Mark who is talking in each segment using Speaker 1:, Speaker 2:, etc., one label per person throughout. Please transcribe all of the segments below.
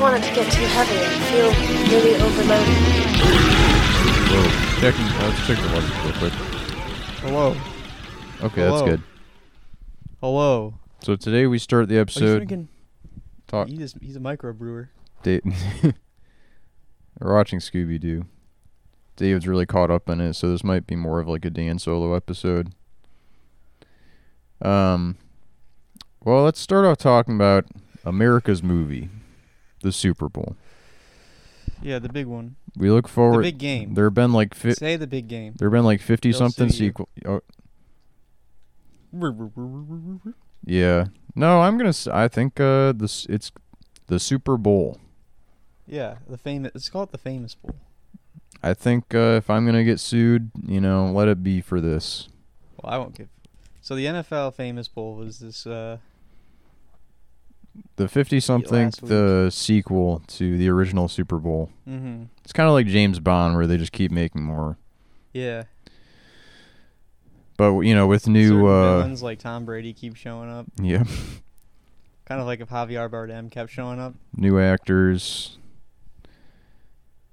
Speaker 1: want it to get too heavy. I feel really overloaded.
Speaker 2: Whoa. Checking. uh, Let's check the waters real quick.
Speaker 3: Hello.
Speaker 2: Okay, that's
Speaker 3: Hello.
Speaker 2: good.
Speaker 3: Hello.
Speaker 2: So today we start the
Speaker 3: Oh, he's
Speaker 2: episode.
Speaker 3: drinking.
Speaker 2: talk.
Speaker 3: He is, he's a microbrewer.
Speaker 2: Da- We're watching Scooby Doo. David's really caught up in it, so this might be more of like a Dan Solo episode. Um, well, let's start off talking about America's movie, the Super Bowl.
Speaker 3: Yeah, the big one.
Speaker 2: We look
Speaker 3: the
Speaker 2: forward.
Speaker 3: big game.
Speaker 2: There have been like fi-
Speaker 3: Say the big game.
Speaker 2: there have been like fifty
Speaker 3: They'll
Speaker 2: something
Speaker 3: sue you.
Speaker 2: sequel. Oh, yeah. No, I'm gonna. s- I think uh, this it's the Super Bowl.
Speaker 3: Yeah, the famous. Let's call it the famous bowl.
Speaker 2: I think uh, if I'm gonna get sued, you know, let it be for this.
Speaker 3: Well, I won't give. So the NFL famous bowl was this. Uh,
Speaker 2: The fifty something,
Speaker 3: last
Speaker 2: the sequel to the original Super Bowl.
Speaker 3: mm-hmm.
Speaker 2: It's kind of like James Bond, where they just keep making more.
Speaker 3: Yeah.
Speaker 2: But you know, with new,
Speaker 3: Certain
Speaker 2: uh,
Speaker 3: villains like Tom Brady keep showing up.
Speaker 2: yeah,
Speaker 3: Kind of like if Javier Bardem kept showing up.
Speaker 2: new actors.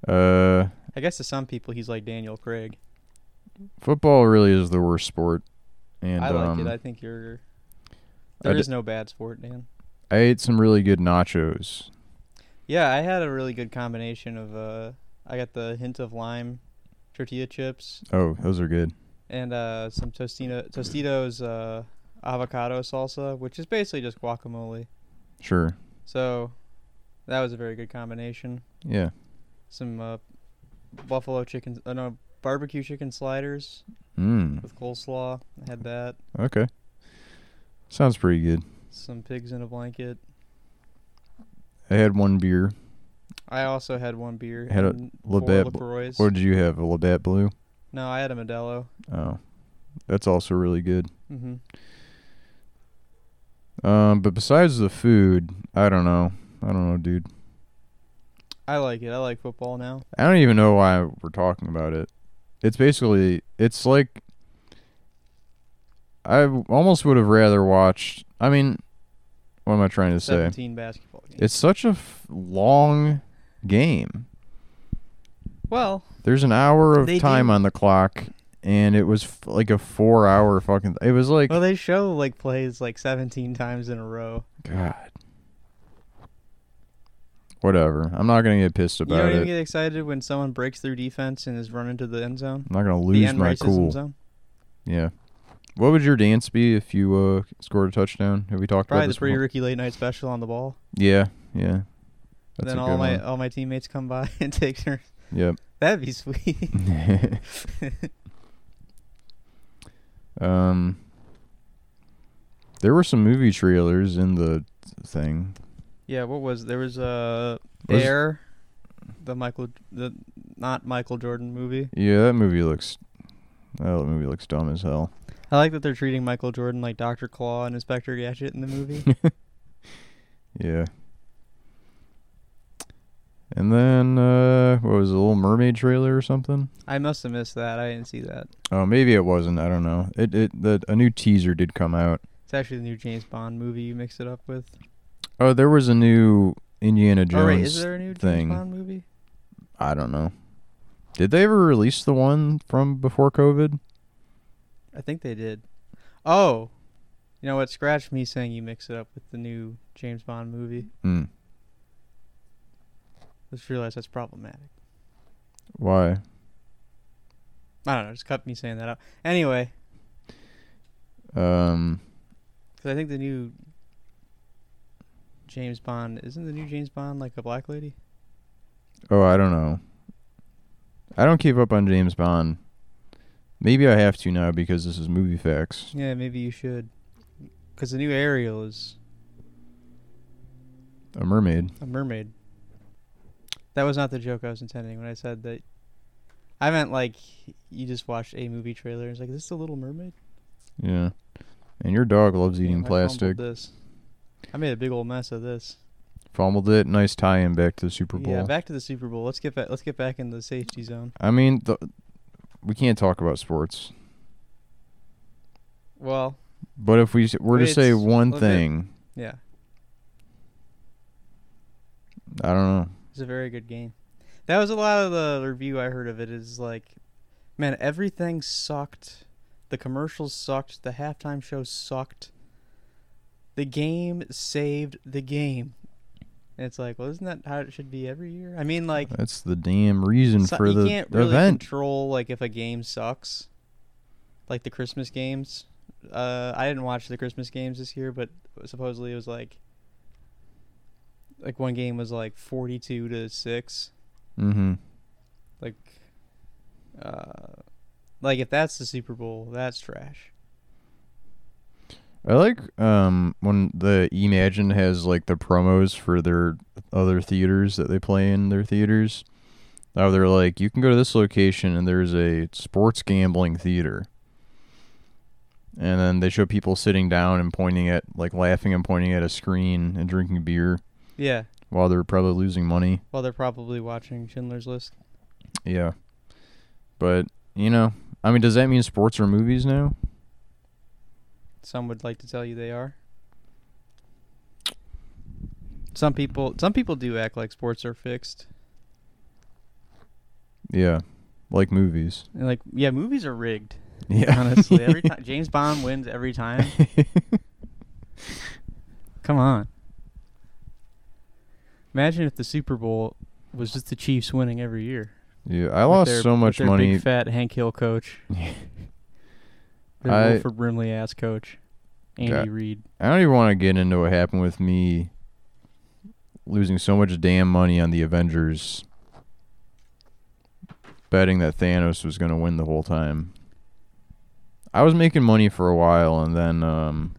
Speaker 2: Uh,
Speaker 3: I guess to some people he's like Daniel Craig.
Speaker 2: football really is the worst sport, and
Speaker 3: I like
Speaker 2: um,
Speaker 3: it. I think you're.
Speaker 2: I
Speaker 3: There
Speaker 2: d-
Speaker 3: is no bad sport, Dan.
Speaker 2: I ate some really good nachos.
Speaker 3: Yeah, I had a really good combination of uh I got the hint of lime tortilla chips
Speaker 2: Oh, those are good.
Speaker 3: and uh some tostino tostitos uh avocado salsa, which is basically just guacamole.
Speaker 2: Sure.
Speaker 3: So that was a very good combination.
Speaker 2: Yeah.
Speaker 3: Some uh buffalo chicken uh, no barbecue chicken sliders
Speaker 2: Mm.
Speaker 3: with coleslaw. I had that.
Speaker 2: Okay. Sounds pretty good.
Speaker 3: Some pigs in a blanket.
Speaker 2: I had one beer.
Speaker 3: I also had one beer.
Speaker 2: Had a
Speaker 3: and four
Speaker 2: Labatt Bl-
Speaker 3: LaCroix.
Speaker 2: What did you have? A Labatt Blue.
Speaker 3: No, I had a Modelo.
Speaker 2: Oh, that's also really good.
Speaker 3: Mm-hmm.
Speaker 2: Um, but besides the food, I don't know. I don't know, dude.
Speaker 3: I like it. I like football now.
Speaker 2: I don't even know why we're talking about it. It's basically, it's like, I w- almost would have rather watched. I mean, what am I trying to say?
Speaker 3: 17 basketball games.
Speaker 2: It's such a f- long game.
Speaker 3: Well,
Speaker 2: There's an hour of
Speaker 3: They
Speaker 2: time
Speaker 3: do-
Speaker 2: on the clock, and it was f- like a four-hour fucking. It was like
Speaker 3: well, they show like plays like 17 times in a row.
Speaker 2: God. Whatever. I'm not gonna get pissed
Speaker 3: you
Speaker 2: about
Speaker 3: don't
Speaker 2: it.
Speaker 3: even get excited when someone breaks through defense and is running to the end zone.
Speaker 2: I'm not gonna
Speaker 3: the
Speaker 2: lose
Speaker 3: end
Speaker 2: my
Speaker 3: racism
Speaker 2: cool.
Speaker 3: zone.
Speaker 2: Yeah. What would your dance be if you uh, scored a touchdown? Have we talked
Speaker 3: Probably
Speaker 2: about
Speaker 3: the
Speaker 2: this?
Speaker 3: pretty
Speaker 2: before?
Speaker 3: Ricky late night special on the ball.
Speaker 2: yeah, yeah. That's
Speaker 3: then
Speaker 2: a
Speaker 3: all
Speaker 2: good
Speaker 3: my
Speaker 2: one.
Speaker 3: all my teammates come by and take turns.
Speaker 2: Yep.
Speaker 3: That'd be sweet.
Speaker 2: um, there were some movie trailers in the thing.
Speaker 3: yeah. What was there was uh
Speaker 2: Was-
Speaker 3: Air, the Michael the not Michael Jordan movie.
Speaker 2: Yeah, that movie looks. That movie looks dumb as hell.
Speaker 3: I like that they're treating Michael Jordan like Doctor Claw and Inspector Gadget in the movie.
Speaker 2: Yeah. And then uh, what was it, a Little Mermaid trailer or something?
Speaker 3: I must have missed that. I didn't see that.
Speaker 2: Oh, maybe it wasn't. I don't know. It it the, a new teaser did come out.
Speaker 3: It's actually the new James Bond movie you mixed it up with.
Speaker 2: Oh, there was a new Indiana Jones.
Speaker 3: oh, wait, is there a new James
Speaker 2: thing.
Speaker 3: Bond movie?
Speaker 2: I don't know. Did they ever release the one from before COVID?
Speaker 3: I think they did. Oh, you know what? Scratch me saying you mix it up with the new James Bond movie.
Speaker 2: Hmm.
Speaker 3: Just realized that's problematic.
Speaker 2: Why?
Speaker 3: I don't know. Just cut me saying that out. Anyway,
Speaker 2: Um.
Speaker 3: because I think the new James Bond isn't the new James Bond like a black lady.
Speaker 2: Oh, I don't know. I don't keep up on James Bond. Maybe I have to now because this is movie facts.
Speaker 3: Yeah, maybe you should. Because the new Ariel is
Speaker 2: A mermaid.
Speaker 3: a mermaid. That was not the joke I was intending when I said that. I meant like you just watched a movie trailer. and It's like is this the Little Mermaid.
Speaker 2: Yeah. And your dog loves eating
Speaker 3: Damn, I
Speaker 2: plastic.
Speaker 3: fumbled this. I made a big old mess of this.
Speaker 2: Fumbled it. Nice tie-in back to the Super Bowl.
Speaker 3: Yeah, back to the Super Bowl. Let's get back. Let's get back in the safety zone.
Speaker 2: I mean, the, we can't talk about sports.
Speaker 3: Well,
Speaker 2: But if we s- were to
Speaker 3: Wait,
Speaker 2: say
Speaker 3: it's-
Speaker 2: one
Speaker 3: look at-
Speaker 2: thing,
Speaker 3: yeah.
Speaker 2: I don't know.
Speaker 3: It's a very good game. That was a lot of the review I heard of it is like, man, everything sucked. The commercials sucked. The halftime show sucked. The game saved the game. And it's like, well, isn't that how it should be every year? I mean, like,
Speaker 2: That's the damn reason
Speaker 3: so-
Speaker 2: for
Speaker 3: you
Speaker 2: the
Speaker 3: can't
Speaker 2: the
Speaker 3: really
Speaker 2: event.
Speaker 3: control like if a game sucks, like the Christmas games. Uh, I didn't watch the Christmas games this year, but supposedly it was like, like one game was like forty-two to six
Speaker 2: Mm-hmm.
Speaker 3: like uh like if that's the Super Bowl, that's trash.
Speaker 2: I like um when the Imagine has like the promos for their other theaters that they play in their theaters. Now they're like, you can go to this location and there's a sports gambling theater. And then they show people sitting down and pointing at like laughing and pointing at a screen and drinking beer
Speaker 3: Yeah.
Speaker 2: while they're probably losing money.
Speaker 3: Well, they're probably watching Schindler's List.
Speaker 2: Yeah. But, you know, I mean, does that mean sports are movies now?
Speaker 3: Some would like to tell you they are. Some people some people do act like sports are fixed.
Speaker 2: Yeah. Like movies.
Speaker 3: And like yeah, movies are rigged.
Speaker 2: Yeah.
Speaker 3: Honestly, every time James Bond wins every time. Come on. Imagine if the Super Bowl was just the Chiefs winning every year.
Speaker 2: Yeah, I
Speaker 3: with
Speaker 2: lost
Speaker 3: their-
Speaker 2: so
Speaker 3: with
Speaker 2: much
Speaker 3: their
Speaker 2: money.
Speaker 3: Big fat Hank Hill coach.
Speaker 2: I-
Speaker 3: Their Wilford Brimley ass coach, Andy
Speaker 2: God.
Speaker 3: Reid.
Speaker 2: I don't even want to get into what happened with me losing so much damn money on the Avengers, betting that Thanos was going to win the whole time. I was making money for a while, and then, um,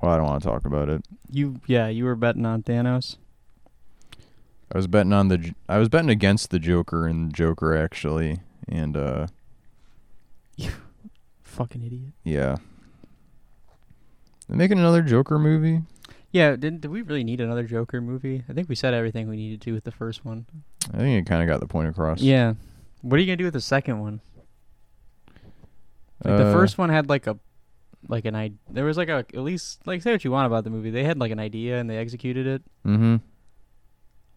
Speaker 2: well, I don't want to talk about it.
Speaker 3: You yeah, you were betting on Thanos.
Speaker 2: I was betting on the, J- I was betting against the Joker and Joker actually, and uh,
Speaker 3: Fucking idiot.
Speaker 2: yeah, they're making another Joker movie.
Speaker 3: Yeah, did did we really need another Joker movie? I think we said everything we needed to with the first one.
Speaker 2: I think it kind of got the point across.
Speaker 3: Yeah. What are you gonna do with the second one? Like the
Speaker 2: Uh,
Speaker 3: first one had like a like an I there was like a at least like say what you want about the movie. They had like an idea and they executed it.
Speaker 2: Mm-hmm.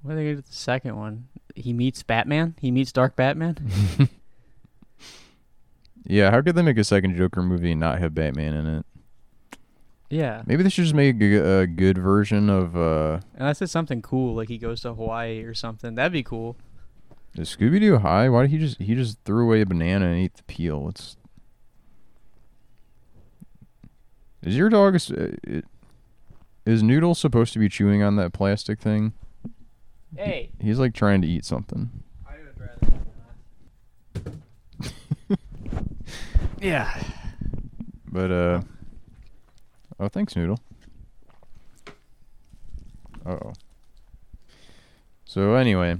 Speaker 3: What are they gonna do with the second one? He meets Batman? He meets Dark Batman?
Speaker 2: Yeah, how could they make a second Joker movie and not have Batman in it?
Speaker 3: yeah.
Speaker 2: Maybe they should just make a, g- a good version of uh,
Speaker 3: Unless it's something cool, like he goes to Hawaii or something. That'd be cool.
Speaker 2: is Scooby Doo high? Why did he just he just threw away a banana and ate the peel? It's is your dog is, uh, it- is Noodle supposed to be chewing on that plastic thing?
Speaker 3: Hey.
Speaker 2: He's like trying to eat something.
Speaker 3: I would rather not. yeah.
Speaker 2: But uh, oh thanks Noodle. Uh oh. So anyway,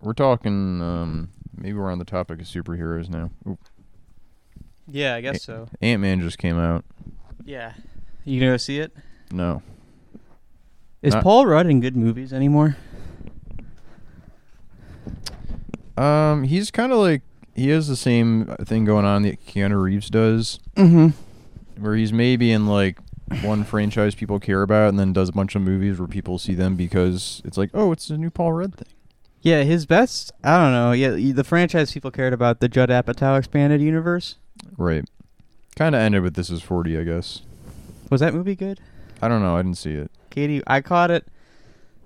Speaker 2: we're talking. Um, maybe we're on the topic of superheroes now.
Speaker 3: Yeah, I
Speaker 2: Hey.
Speaker 3: guess so.
Speaker 2: Ant Man just came out.
Speaker 3: Yeah. You gonna go see it? Uh,
Speaker 2: No,
Speaker 3: Is
Speaker 2: Not-
Speaker 3: Paul Rudd in good movies anymore?
Speaker 2: um, he's kind of like he has the same thing going on that Keanu Reeves does,
Speaker 3: Mm-hmm.
Speaker 2: where he's maybe in like one franchise people care about, and then does a bunch of movies where people see them because it's like, oh, it's a new Paul Rudd thing.
Speaker 3: Yeah, his best. I don't know. Yeah, y- the franchise people cared about the Judd Apatow expanded universe.
Speaker 2: Right. Kind of ended with this is forty, I guess.
Speaker 3: Was that movie good?
Speaker 2: I don't know. I didn't see it.
Speaker 3: Katie, I caught it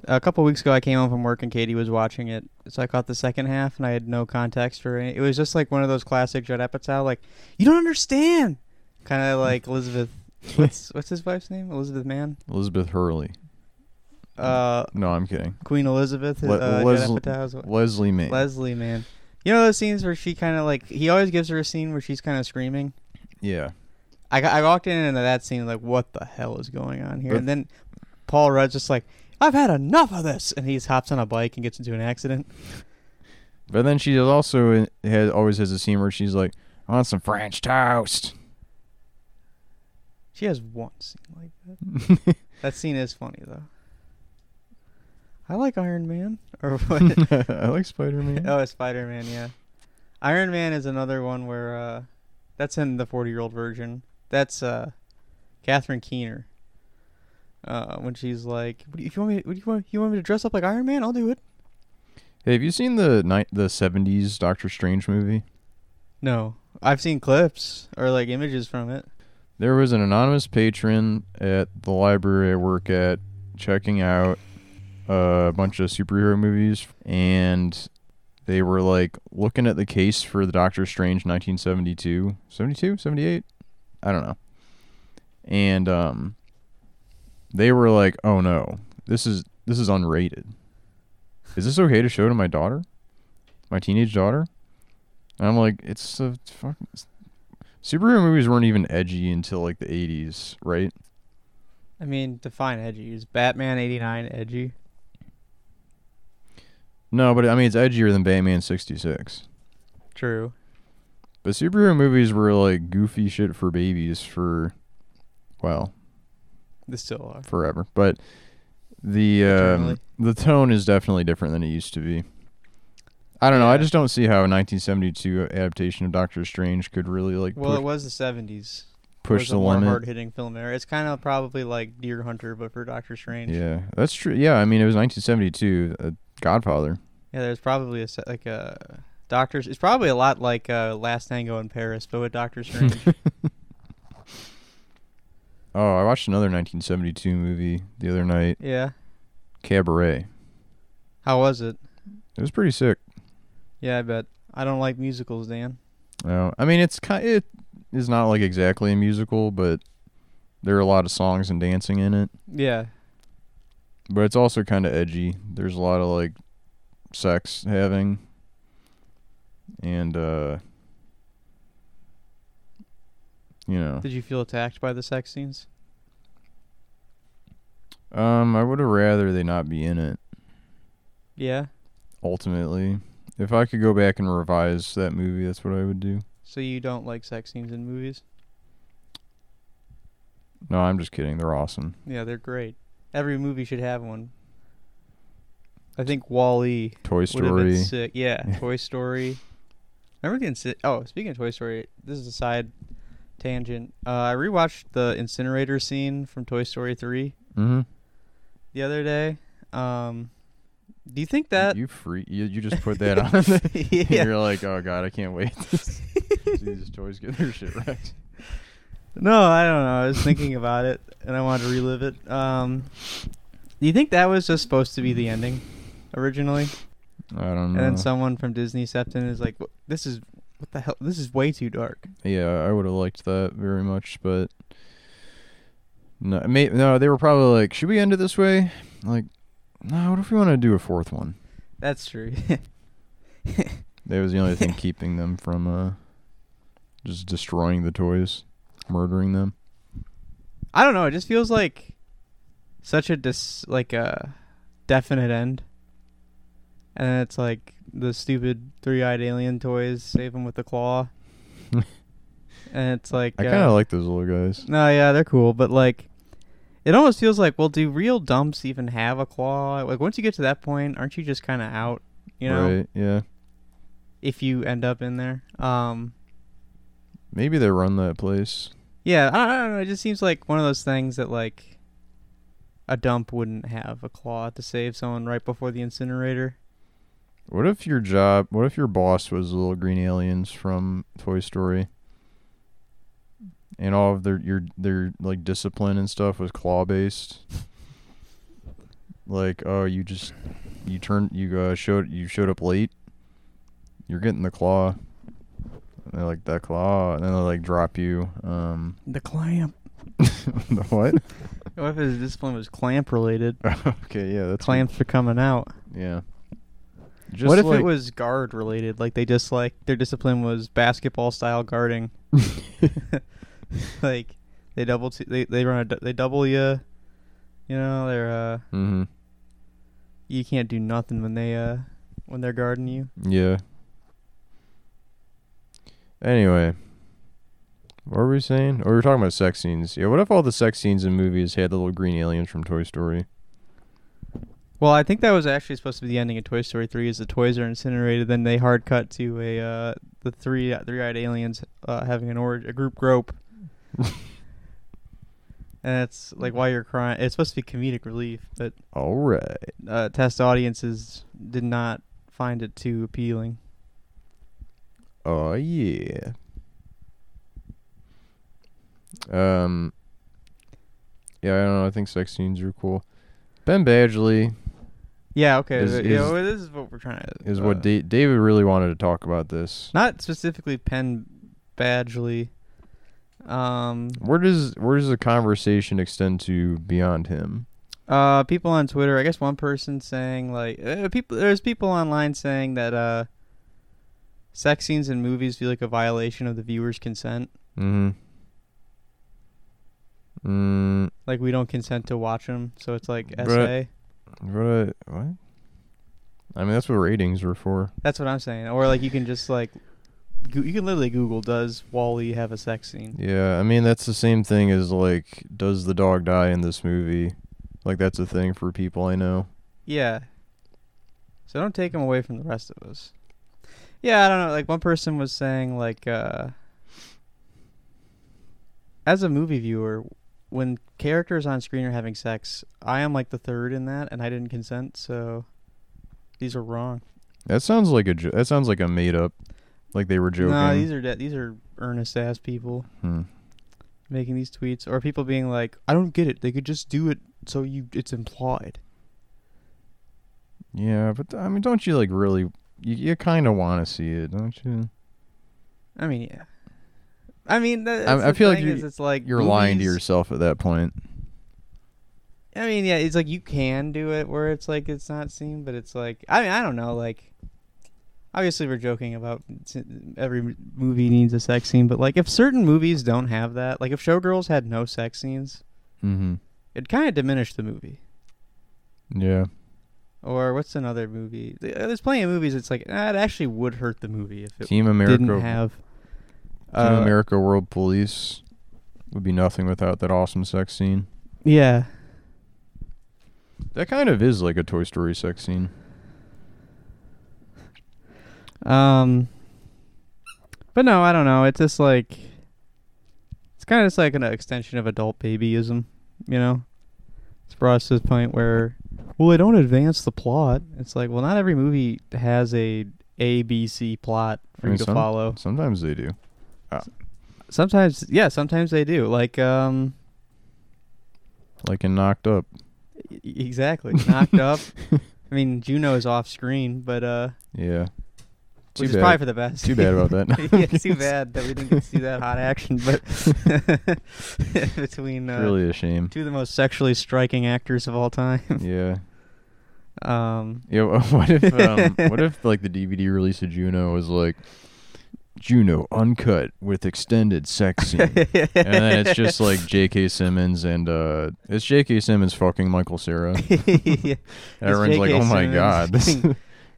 Speaker 3: a couple weeks ago. I came home from work and Katie was watching it, so I caught the second half, and I had no context for any. It was just like one of those classic Judd Apatow, like you don't understand, kind of like Elizabeth. what's what's his wife's name? Elizabeth Mann.
Speaker 2: Elizabeth Hurley.
Speaker 3: Uh,
Speaker 2: No, I'm kidding.
Speaker 3: Queen Elizabeth.
Speaker 2: Le-
Speaker 3: uh,
Speaker 2: Lesl-
Speaker 3: Judd Apatow's wa-
Speaker 2: Leslie Mann.
Speaker 3: Leslie Mann. You know those scenes where she kind of like he always gives her a scene where she's kind of screaming.
Speaker 2: yeah.
Speaker 3: I, got- I walked in into that scene like, what the hell is going on here?
Speaker 2: But-
Speaker 3: and then Paul Rudd's just like, I've had enough of this, and he just hops on a bike and gets into an accident.
Speaker 2: But then she is also in- has always has a scene where she's like, "I want some French toast."
Speaker 3: She has one scene like that. That scene is funny though. I like Iron Man or what?
Speaker 2: I like Spider Man.
Speaker 3: oh, it's Spider Man. Yeah, Iron Man is another one where uh, that's in the forty year old version. That's uh, Catherine Keener. Uh, when she's like, what do you, "If you want me, what do you want? You want me to dress up like Iron Man? I'll do it."
Speaker 2: Hey, have you seen the ni- the seventies Doctor Strange movie?
Speaker 3: No, I've seen clips or like images from it.
Speaker 2: There was an anonymous patron at the library I work at checking out uh, a bunch of superhero movies, and they were like looking at the case for the Doctor Strange 1972, 72, 78, I don't know. And um, they were like, "Oh no, this is this is unrated. Is this okay to show to my daughter, my teenage daughter?" And I'm like, "It's a fucking." Superhero movies weren't even edgy until like the 80s, right?
Speaker 3: I mean, define edgy. Is Batman '89 edgy?
Speaker 2: No, but I mean it's edgier than Batman 66.
Speaker 3: True.
Speaker 2: But superhero movies were like goofy shit for babies for well,
Speaker 3: They still are.
Speaker 2: forever. But the um,
Speaker 3: Eternally.
Speaker 2: the tone is definitely different than it used to be. I don't know. I
Speaker 3: Yeah.
Speaker 2: just don't see how a 1972 adaptation of Doctor Strange could really like
Speaker 3: Well,
Speaker 2: push,
Speaker 3: it was the '70s.
Speaker 2: push the limit.
Speaker 3: Hard hitting film era. It's kind of probably like Deer Hunter, but for Doctor Strange.
Speaker 2: Yeah, that's true. Yeah, I mean it was 1972. Uh, Godfather.
Speaker 3: Yeah, there's probably a se- like a doctors. It's probably a lot like uh, Last Tango in Paris, but with Doctor Strange.
Speaker 2: Oh, I watched another 1972 movie the other night,
Speaker 3: yeah.
Speaker 2: Cabaret.
Speaker 3: How was it?
Speaker 2: It was pretty sick.
Speaker 3: Yeah, I bet. I don't like musicals, Dan.
Speaker 2: No, Uh, I mean it's kind. It is not like exactly a musical, but there are a lot of songs and dancing in it.
Speaker 3: Yeah.
Speaker 2: But it's also kind of edgy. There's a lot of like sex having, and uh, you know,
Speaker 3: Did you feel attacked by the sex scenes?
Speaker 2: um, I would have rather they not be in it.
Speaker 3: Yeah.
Speaker 2: Ultimately, if I could go back and revise that movie, that's what I would do.
Speaker 3: So you don't like sex scenes in movies?
Speaker 2: No, I'm just kidding. They're awesome.
Speaker 3: Yeah, they're great. Every movie should have one. I think Wall-E
Speaker 2: Toy
Speaker 3: would have been
Speaker 2: Story.
Speaker 3: sick. Yeah, Toy Story. Remember the inci- oh, speaking of Toy Story, this is a side tangent. Uh, I rewatched the incinerator scene from Toy Story three
Speaker 2: Mm-hmm.
Speaker 3: the other day. Um, do you think that?
Speaker 2: you free. You, you just put that on.
Speaker 3: yeah.
Speaker 2: You're like, oh god, I can't wait. Jesus, toys get their shit wrecked.
Speaker 3: No, I don't know. I was thinking about it, and I wanted to relive it. Um, do you think that was just supposed to be the ending originally?
Speaker 2: I don't know.
Speaker 3: And then someone from Disney stepped in and is like, "Wh- "This is what the hell? This is way too dark."
Speaker 2: yeah, I would have liked that very much, but no, may, no, they were probably like, should we end it this way? Like, no. What if we want to do a fourth one?
Speaker 3: That's true.
Speaker 2: That was the only thing keeping them from uh, just destroying the toys, murdering them.
Speaker 3: I don't know. It just feels like such a dis like a definite end, and then it's like the stupid three-eyed alien toys save him with the claw, and it's like
Speaker 2: I
Speaker 3: uh,
Speaker 2: kind of like those little guys.
Speaker 3: No, yeah, they're cool, but like, it almost feels like, well, do real dumps even have a claw? Like, once you get to that point, aren't you just kind of out? You know,
Speaker 2: right? Yeah.
Speaker 3: if you end up in there. Um,
Speaker 2: Maybe they run that place.
Speaker 3: yeah, I don't, I don't know. It just seems like one of those things that like a dump wouldn't have a claw to save someone right before the incinerator.
Speaker 2: What if your job? What if your boss was the little green aliens from Toy Story, and all of their your their like discipline and stuff was claw based? like, oh, you just you turned you uh, showed you showed up late. You're getting the claw. And they're like that claw, and then they like drop you. Um,
Speaker 3: The clamp.
Speaker 2: the what?
Speaker 3: What if his discipline was clamp related?
Speaker 2: okay, yeah, that's
Speaker 3: Clamps are coming out.
Speaker 2: Yeah. Just
Speaker 3: what if
Speaker 2: like-
Speaker 3: it was guard related? Like they just like their discipline was basketball style guarding. like they double t- they they run a d- they double you. You know they're uh
Speaker 2: Mhm.
Speaker 3: you can't do nothing when they uh when they're guarding you.
Speaker 2: Yeah. Anyway, what were we saying? Oh, we were talking about sex scenes. Yeah, what if all the sex scenes in movies had the little green aliens from Toy Story?
Speaker 3: Well, I think that was actually supposed to be the ending of Toy Story three. Is the toys are incinerated, then they hard cut to a uh the three three eyed aliens uh, having an orig- a group grope. and it's like while you're crying, it's supposed to be comedic relief, but
Speaker 2: All right.
Speaker 3: uh, test audiences did not find it too appealing.
Speaker 2: Oh yeah. Um. Yeah, I don't know. I think sex scenes are cool. Ben Badgley
Speaker 3: Yeah, okay.
Speaker 2: Is-
Speaker 3: but,
Speaker 2: is-
Speaker 3: yeah, well, this is what we're trying to.
Speaker 2: is
Speaker 3: uh,
Speaker 2: what da- David really wanted to talk about. This.
Speaker 3: Not specifically Penn Badgley. Um,
Speaker 2: Where does where does the conversation extend to beyond him?
Speaker 3: uh, people on Twitter. I guess one person saying like uh, people. There's people online saying that uh, sex scenes in movies feel like a violation of the viewer's consent.
Speaker 2: Mm-hmm. Mm.
Speaker 3: Like we don't consent to watch them, so it's like
Speaker 2: But-
Speaker 3: SA.
Speaker 2: What? What? I mean, that's what ratings were for.
Speaker 3: That's what I'm saying. Or like you can just like, go- you can literally Google does Wally have a sex scene?
Speaker 2: Yeah, I mean that's the same thing as like, does the dog die in this movie? Like that's a thing for people I know.
Speaker 3: Yeah. So don't take him away from the rest of us. Yeah, I don't know. Like one person was saying like, uh as a movie viewer, when characters on screen are having sex, I am like the third in that, and I didn't consent, so these are wrong.
Speaker 2: That sounds like a jo- that sounds like a made up, like they were joking.
Speaker 3: No, these are de- these are earnest ass people.
Speaker 2: Hmm.
Speaker 3: making these tweets or people being like i don't get it they could just do it so you it's implied
Speaker 2: Yeah, but I mean, don't you like really? You, you kind of want to see it, don't you?
Speaker 3: i mean yeah i mean that,
Speaker 2: I-
Speaker 3: that's
Speaker 2: I
Speaker 3: the
Speaker 2: feel like
Speaker 3: thing
Speaker 2: you're-
Speaker 3: is it's like
Speaker 2: You're lying to
Speaker 3: movies-
Speaker 2: yourself at that point.
Speaker 3: i mean yeah it's like you can do it where it's like it's not seen but it's like i mean i don't know like obviously we're joking about s- every m- movie needs a sex scene but like if certain movies don't have that like if showgirls had no sex scenes
Speaker 2: Mm-hmm.
Speaker 3: it kind of diminished the movie
Speaker 2: Yeah.
Speaker 3: or what's another movie Th- uh, there's plenty of movies it's like ah, it actually would hurt the movie if it
Speaker 2: Team America.
Speaker 3: didn't have.
Speaker 2: Team
Speaker 3: uh,
Speaker 2: America World Police would be nothing without that awesome sex scene.
Speaker 3: Yeah,
Speaker 2: That kind of is like a Toy Story sex scene.
Speaker 3: um, but no, I don't know. It's just like it's kind of just like an extension of adult babyism, you know. It's brought us to the point where, well, they don't advance the plot. It's like, well, not every movie has a A B C plot for
Speaker 2: I mean,
Speaker 3: you to
Speaker 2: some-
Speaker 3: follow.
Speaker 2: Sometimes they do. Uh,
Speaker 3: Sometimes, yeah, sometimes they do. Like, um,
Speaker 2: Like in Knocked Up.
Speaker 3: e- exactly, knocked up. I mean, Juno is off screen, but uh,
Speaker 2: Yeah.
Speaker 3: which is
Speaker 2: bad.
Speaker 3: probably for the best.
Speaker 2: Too bad about that.
Speaker 3: yeah, it's too bad that we didn't get to see that hot action. But between uh,
Speaker 2: It's really a shame.
Speaker 3: two of the most sexually striking actors of all time,
Speaker 2: Yeah.
Speaker 3: um,
Speaker 2: Yeah. wha- What if um, what if like the DVD release of Juno was like Juno uncut with extended sex scene, and then it's just like J.K. Simmons and uh, it's J.K. Simmons fucking Michael Cera.
Speaker 3: yeah,
Speaker 2: Everyone's like,
Speaker 3: J.K.
Speaker 2: oh my
Speaker 3: Simmons."
Speaker 2: god, this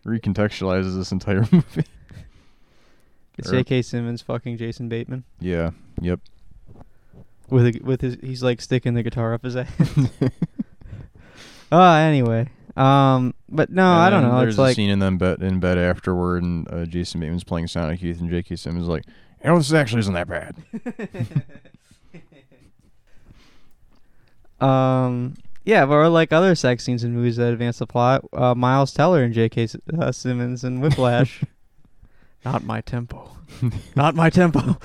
Speaker 2: recontextualizes this entire movie.
Speaker 3: it's
Speaker 2: Or-
Speaker 3: J.K. Simmons fucking Jason Bateman
Speaker 2: Yeah. Yep.
Speaker 3: with a, with his he's like sticking the guitar up his ass. uh, anyway, um, but no,
Speaker 2: And
Speaker 3: I don't
Speaker 2: then
Speaker 3: know.
Speaker 2: There's
Speaker 3: It's
Speaker 2: a
Speaker 3: like
Speaker 2: scene in them bed in bed afterward, and uh, Jason Bateman's playing Sonic Youth, and J.K. Simmons is like, "Oh, this actually isn't that bad."
Speaker 3: Um, yeah, but or like other sex scenes in movies that advance the plot, uh, Miles Teller and J.K. S- uh, Simmons and Whiplash. Not my tempo. Not my tempo.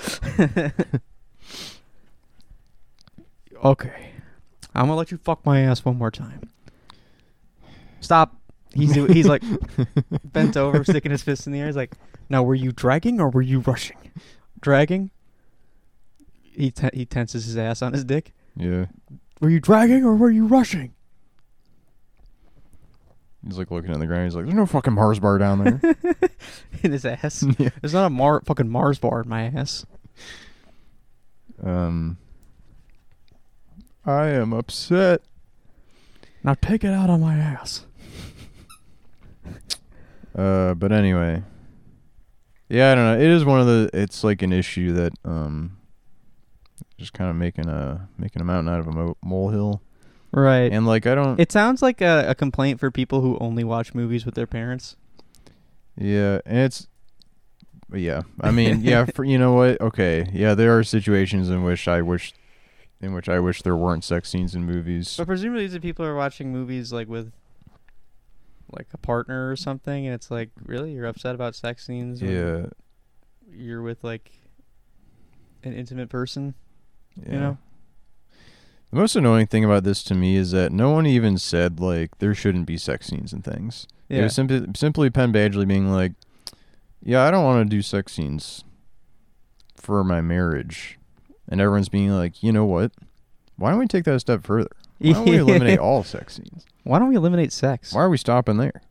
Speaker 3: okay, I'm gonna let you fuck my ass one more time. Stop. He's he's like bent over, sticking his fist in the air. He's like, "Now, were you dragging or were you rushing? Dragging." He te- he tenses his ass on his dick.
Speaker 2: Yeah.
Speaker 3: Were you dragging or were you rushing?
Speaker 2: He's like looking at the ground. He's like, "There's no fucking Mars bar down there."
Speaker 3: In his ass.
Speaker 2: Yeah.
Speaker 3: There's not a Mar- fucking Mars bar in my ass.
Speaker 2: um, I am upset.
Speaker 3: Now take it out on my ass.
Speaker 2: Uh, but anyway, yeah, I don't know. It is one of the. It's like an issue that um, just kind of making a making a mountain out of a mo- molehill.
Speaker 3: Right.
Speaker 2: And like, I don't.
Speaker 3: it sounds like a, a complaint for people who only watch movies with their parents.
Speaker 2: Yeah, and it's yeah. I mean, yeah, for you know what? Okay. Yeah, there are situations in which I wish in which I wish there weren't sex scenes in movies.
Speaker 3: But presumably these are people who are watching movies like with like a partner or something, and it's like, really, you're upset about sex scenes? when
Speaker 2: yeah,
Speaker 3: You're with like an intimate person.
Speaker 2: yeah.
Speaker 3: know?
Speaker 2: The most annoying thing about this to me is that no one even said like there shouldn't be sex scenes and things. It
Speaker 3: Yeah.
Speaker 2: was simply simply Penn Badgley being like, "Yeah, I don't want to do sex scenes for my marriage," and everyone's being like, "You know what? Why don't we take that a step further? Why don't we eliminate all sex scenes?
Speaker 3: Why don't we eliminate sex?
Speaker 2: Why are we stopping there?"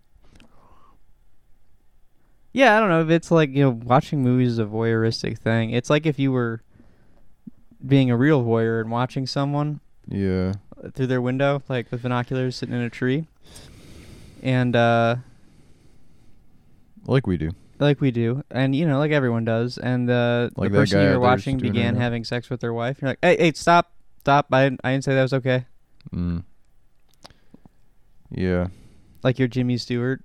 Speaker 3: Yeah, I don't know if it's like you know watching movies is a voyeuristic thing. It's like if you were being a real voyeur and watching someone
Speaker 2: Yeah,
Speaker 3: through their window, like with binoculars, sitting in a tree, and uh,
Speaker 2: like we do.
Speaker 3: like we do, and you know, like everyone does, and the,
Speaker 2: Like
Speaker 3: the
Speaker 2: that
Speaker 3: person
Speaker 2: guy
Speaker 3: you
Speaker 2: out
Speaker 3: were
Speaker 2: there is
Speaker 3: watching
Speaker 2: doing it
Speaker 3: began
Speaker 2: now.
Speaker 3: having sex with their wife. You're like, hey, hey, stop, stop! I didn't, I didn't say that was okay.
Speaker 2: Mm. Yeah,
Speaker 3: Like you're Jimmy Stewart,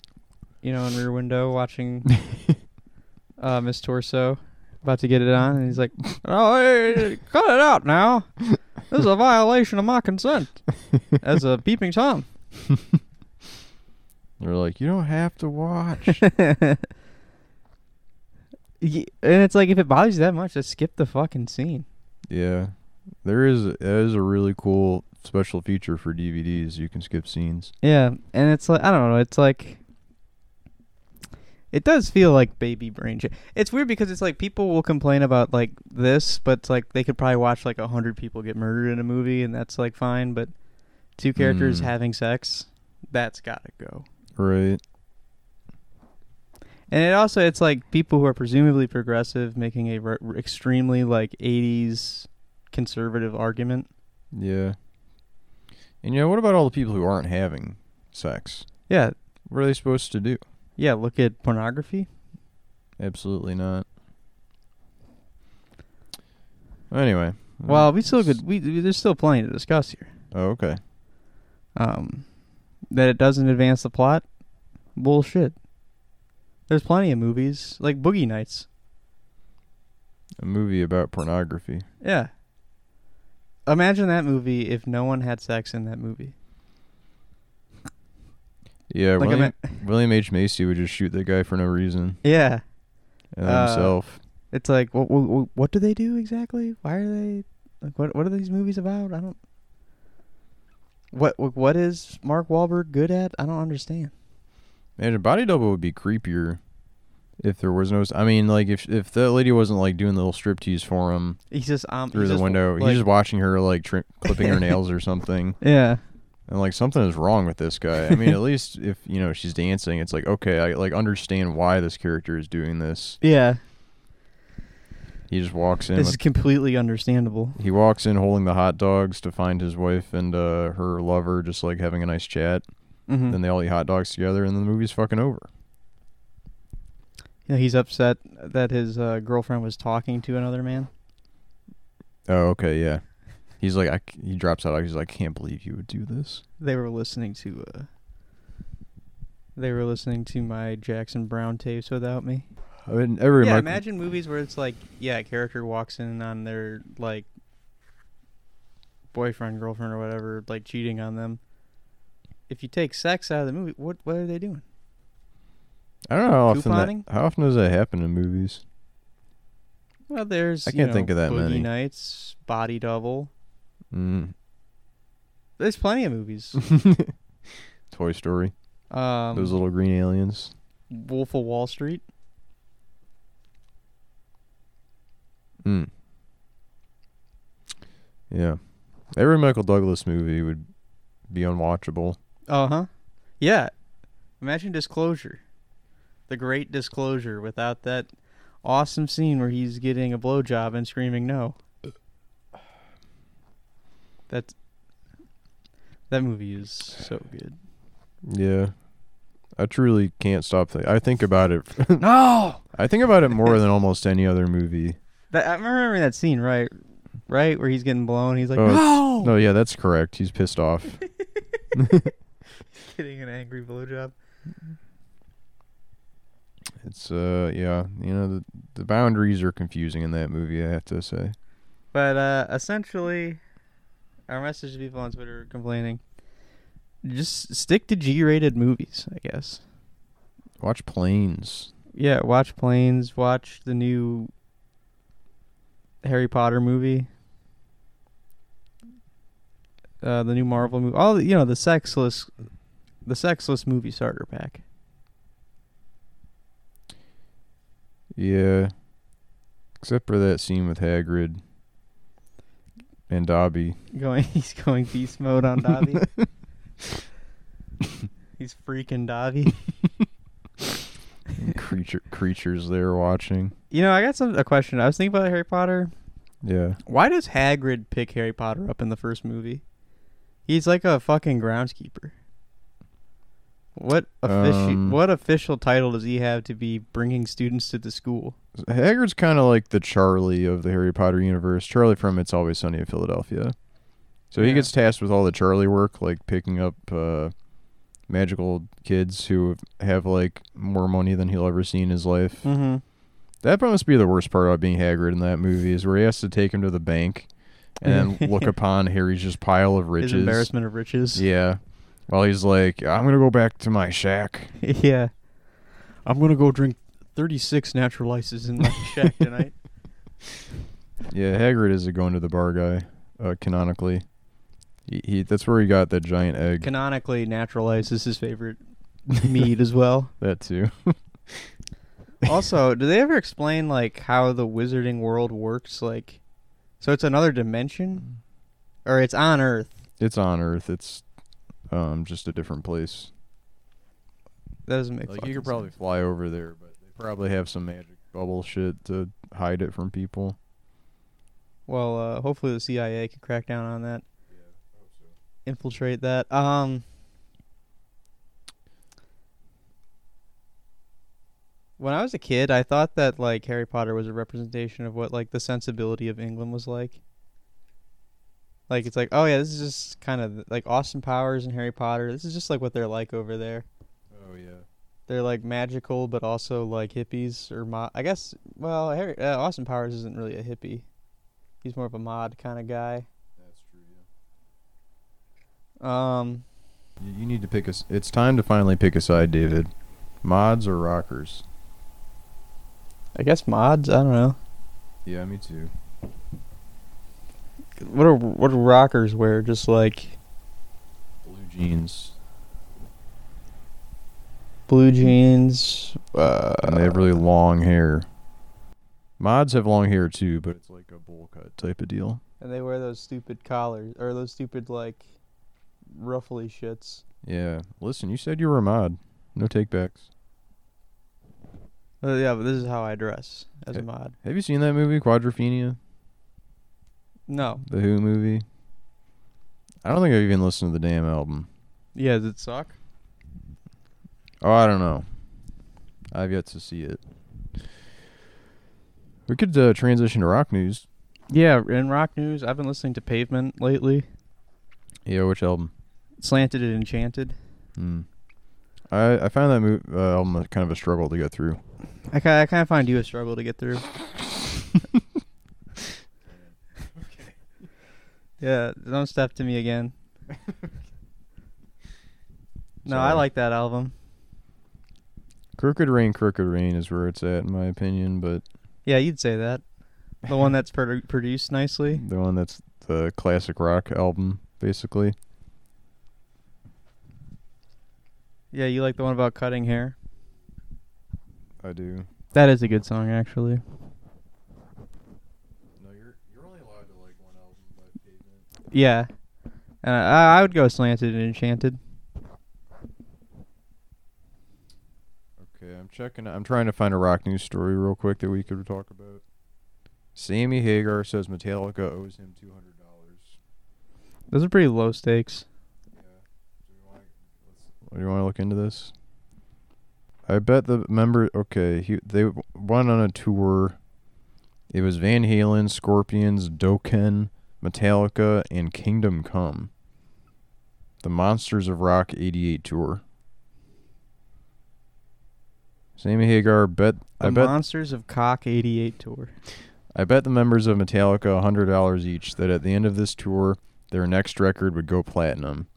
Speaker 3: you know, in Rear Window watching uh, Miss Torso about to get it on, and he's like, "Oh, hey, hey, cut it out now! This is a violation of my consent as a peeping tom."
Speaker 2: they're like, "You don't have to watch."
Speaker 3: and it's like if it bothers you that much, just skip the fucking scene.
Speaker 2: yeah, there is that is a really cool special feature for DVDs. You can skip scenes.
Speaker 3: Yeah, and it's like I don't know. It's like it does feel like baby brain. shit. It's weird because it's like people will complain about like this, but it's like they could probably watch like a hundred people get murdered in a movie, and that's like fine. But two characters
Speaker 2: Mm.
Speaker 3: having sex, that's gotta go.
Speaker 2: Right.
Speaker 3: And it also it's like people who are presumably progressive making a re- extremely like '80s conservative argument.
Speaker 2: Yeah. And you know, what about all the people who aren't having sex?
Speaker 3: Yeah,
Speaker 2: What are they supposed to do?
Speaker 3: yeah. Look at pornography.
Speaker 2: Absolutely not. Anyway.
Speaker 3: Well, we still could. We we- there's still plenty to discuss here.
Speaker 2: Oh, okay.
Speaker 3: um, that it doesn't advance the plot, bullshit. There's plenty of movies like Boogie Nights.
Speaker 2: A movie about pornography.
Speaker 3: Yeah. Imagine that movie if no one had sex in that movie.
Speaker 2: Yeah,
Speaker 3: Like, I
Speaker 2: William, William H. Macy would just shoot that guy for no reason
Speaker 3: Yeah.
Speaker 2: and
Speaker 3: Uh,
Speaker 2: himself.
Speaker 3: It's like what, what what do they do exactly? Why are they like what what are these movies about? I don't What what what is Mark Wahlberg good at? I don't understand.
Speaker 2: Man, a body double would be creepier if there was no. s- I mean, like if if that lady wasn't like doing the little striptease for him
Speaker 3: He's just um
Speaker 2: through
Speaker 3: he's
Speaker 2: the
Speaker 3: just,
Speaker 2: window,
Speaker 3: like-
Speaker 2: he's just watching her like tri- clipping her nails or something.
Speaker 3: Yeah.
Speaker 2: And like something is wrong with this guy. I mean, at least if you know she's dancing, it's like okay, I like understand why this character is doing this.
Speaker 3: Yeah.
Speaker 2: He just walks in.
Speaker 3: this
Speaker 2: With,
Speaker 3: is completely understandable.
Speaker 2: he walks in holding the hot dogs to find his wife and uh, her lover just like having a nice chat.
Speaker 3: Mm-hmm.
Speaker 2: Then they all eat hot dogs together, and then the movie's fucking over.
Speaker 3: Yeah, he's upset that his uh, girlfriend was talking to another man.
Speaker 2: Oh, okay, yeah. He's like, I c he drops out. He's like, I can't believe you would do this.
Speaker 3: They were listening to uh, they were listening to my Jackson Brown tapes without me.
Speaker 2: I mean, every
Speaker 3: yeah,
Speaker 2: Mark-
Speaker 3: imagine movies where it's like, yeah, a character walks in on their like boyfriend, girlfriend, or whatever, like cheating on them. If you take sex out of the movie, what what are they doing?
Speaker 2: I don't know how often that,
Speaker 3: Couponing?
Speaker 2: how often does that happen in movies.
Speaker 3: Well, there's
Speaker 2: I
Speaker 3: you
Speaker 2: can't
Speaker 3: know,
Speaker 2: think of that
Speaker 3: Boogie
Speaker 2: many.
Speaker 3: Nights, Body Double.
Speaker 2: Mm.
Speaker 3: There's plenty of movies.
Speaker 2: Toy Story,
Speaker 3: um,
Speaker 2: those little green aliens.
Speaker 3: Wolf of Wall Street.
Speaker 2: Mm. Yeah. Every Michael Douglas movie would be unwatchable.
Speaker 3: Uh huh. Yeah. Imagine Disclosure. The Great Disclosure without that awesome scene where he's getting a blowjob and screaming no. That's. That movie is so good.
Speaker 2: Yeah. I truly can't stop thinking. I think about it.
Speaker 3: No!
Speaker 2: I think about it more than almost any other movie.
Speaker 3: That, I'm remembering that scene, right? Right? Where he's getting blown. He's like,
Speaker 2: Oh,
Speaker 3: no!
Speaker 2: No, yeah, that's correct. He's pissed off.
Speaker 3: Getting an angry blowjob.
Speaker 2: It's uh, yeah, you know the the boundaries are confusing in that movie. I have to say.
Speaker 3: But uh, essentially, Our message to people on Twitter complaining. Just stick to G-rated movies, I guess.
Speaker 2: Watch planes.
Speaker 3: Yeah, watch planes. Watch the new Harry Potter movie. Uh, the new Marvel movie. All the, you know, the sexless, the sexless movie starter pack.
Speaker 2: Yeah. Except for that scene with Hagrid and Dobby.
Speaker 3: Going, he's going beast mode on Dobby. he's freaking Dobby.
Speaker 2: and creature creatures they're watching.
Speaker 3: You know, I got some a question. I was thinking about Harry Potter.
Speaker 2: Yeah.
Speaker 3: Why does Hagrid pick Harry Potter up in the first movie? He's like a fucking groundskeeper. What offici-
Speaker 2: Um,
Speaker 3: what official title does he have to be bringing students to the school?
Speaker 2: Hagrid's kind of like the Charlie of the Harry Potter universe. Charlie from It's Always Sunny in Philadelphia. So he
Speaker 3: Yeah.
Speaker 2: gets tasked with all the Charlie work, like picking up uh, magical kids who have like more money than he'll ever see in his life.
Speaker 3: Mm-hmm.
Speaker 2: That must be the worst part about being Hagrid in that movie is where he has to take him to the bank and then look upon Harry's just pile of
Speaker 3: His
Speaker 2: riches.
Speaker 3: embarrassment of riches.
Speaker 2: Yeah. While he's like, I'm gonna go back to my shack.
Speaker 3: yeah. I'm gonna go drink thirty six natural ices in my shack tonight.
Speaker 2: Yeah, Hagrid is a going to the bar guy, uh, canonically. He, he that's where he got that giant egg.
Speaker 3: Canonically, natural ice is his favorite mead as well.
Speaker 2: that too.
Speaker 3: also, do they ever explain like how the wizarding world works? Like, so it's another dimension,
Speaker 2: Mm.
Speaker 3: or it's on Earth.
Speaker 2: It's on Earth. It's um just a different place.
Speaker 3: That doesn't make.
Speaker 2: Like you
Speaker 3: fucking
Speaker 2: could probably
Speaker 3: sense.
Speaker 2: fly over there, but they probably have some magic bubble shit to hide it from people.
Speaker 3: Well, uh, hopefully the CIA can crack down on that. Infiltrate that. Um. When I was a kid, I thought that like Harry Potter was a representation of what like the sensibility of England was like. Like it's like, oh yeah, this is just kind of like Austin Powers and Harry Potter. This is just like what they're like over there.
Speaker 2: Oh yeah.
Speaker 3: They're like magical, but also like hippies or mod. I guess. Well, Harry, uh, Austin Powers isn't really a hippie. He's more of a mod kind of guy.
Speaker 2: That's true, yeah.
Speaker 3: Um,
Speaker 2: You you need to pick a. s- It's time to finally pick a side, David. Mods or rockers?
Speaker 3: I guess mods. I don't know.
Speaker 2: Yeah, me too.
Speaker 3: What do what do rockers wear? Just like
Speaker 2: Blue jeans.
Speaker 3: blue jeans. Uh,
Speaker 2: And they have really long hair. Mods have long hair too, but it's like a bowl cut type of deal.
Speaker 3: and they wear those stupid collars or those stupid like ruffly shits.
Speaker 2: Yeah. Listen, you said you were a mod. No takebacks.
Speaker 3: Uh, yeah, but this is how I dress as a
Speaker 2: Eh.
Speaker 3: mod.
Speaker 2: Have you seen that movie, Quadrophenia?
Speaker 3: No.
Speaker 2: The Who movie? I don't think I've even listened to the damn album.
Speaker 3: Yeah, does it suck?
Speaker 2: Oh, I don't know. I've yet to see it. We could uh, transition to rock news.
Speaker 3: Yeah, in rock news, I've been listening to Pavement lately.
Speaker 2: Yeah, which album?
Speaker 3: Slanted and Enchanted.
Speaker 2: Hmm. I I found that move, uh, album a- kind of a struggle to get through.
Speaker 3: I kind I kind of find you a struggle to get through. Yeah, don't step to me again. No, I
Speaker 2: Sorry.
Speaker 3: like that album.
Speaker 2: Crooked Rain, Crooked Rain is where it's at in my opinion, but
Speaker 3: Yeah, you'd say that. The one that's produ- produced nicely.
Speaker 2: the one that's the classic rock album basically.
Speaker 3: Yeah, you like the one about cutting hair.
Speaker 2: I do.
Speaker 3: That is a good song, actually.
Speaker 2: No, you're you're only allowed to like one album by Pavement.
Speaker 3: Yeah, and I, I would go Slanted and Enchanted.
Speaker 2: Okay, I'm checking I'm trying to find a rock news story real quick that we could talk about. Sammy Hagar says Metallica owes him $200.
Speaker 3: Those are pretty low stakes.
Speaker 2: Yeah. Do you want to, do you want to look into this? I bet the member. Okay, he, they w- went on a tour. It was Van Halen, Scorpions, Dokken, Metallica, and Kingdom Come. The Monsters of Rock '88 tour. Sammy Hagar bet.
Speaker 3: The
Speaker 2: I bet.
Speaker 3: Monsters of Cock '88 tour.
Speaker 2: I bet the members of Metallica $100 each that at the end of this tour, Their next record would go platinum.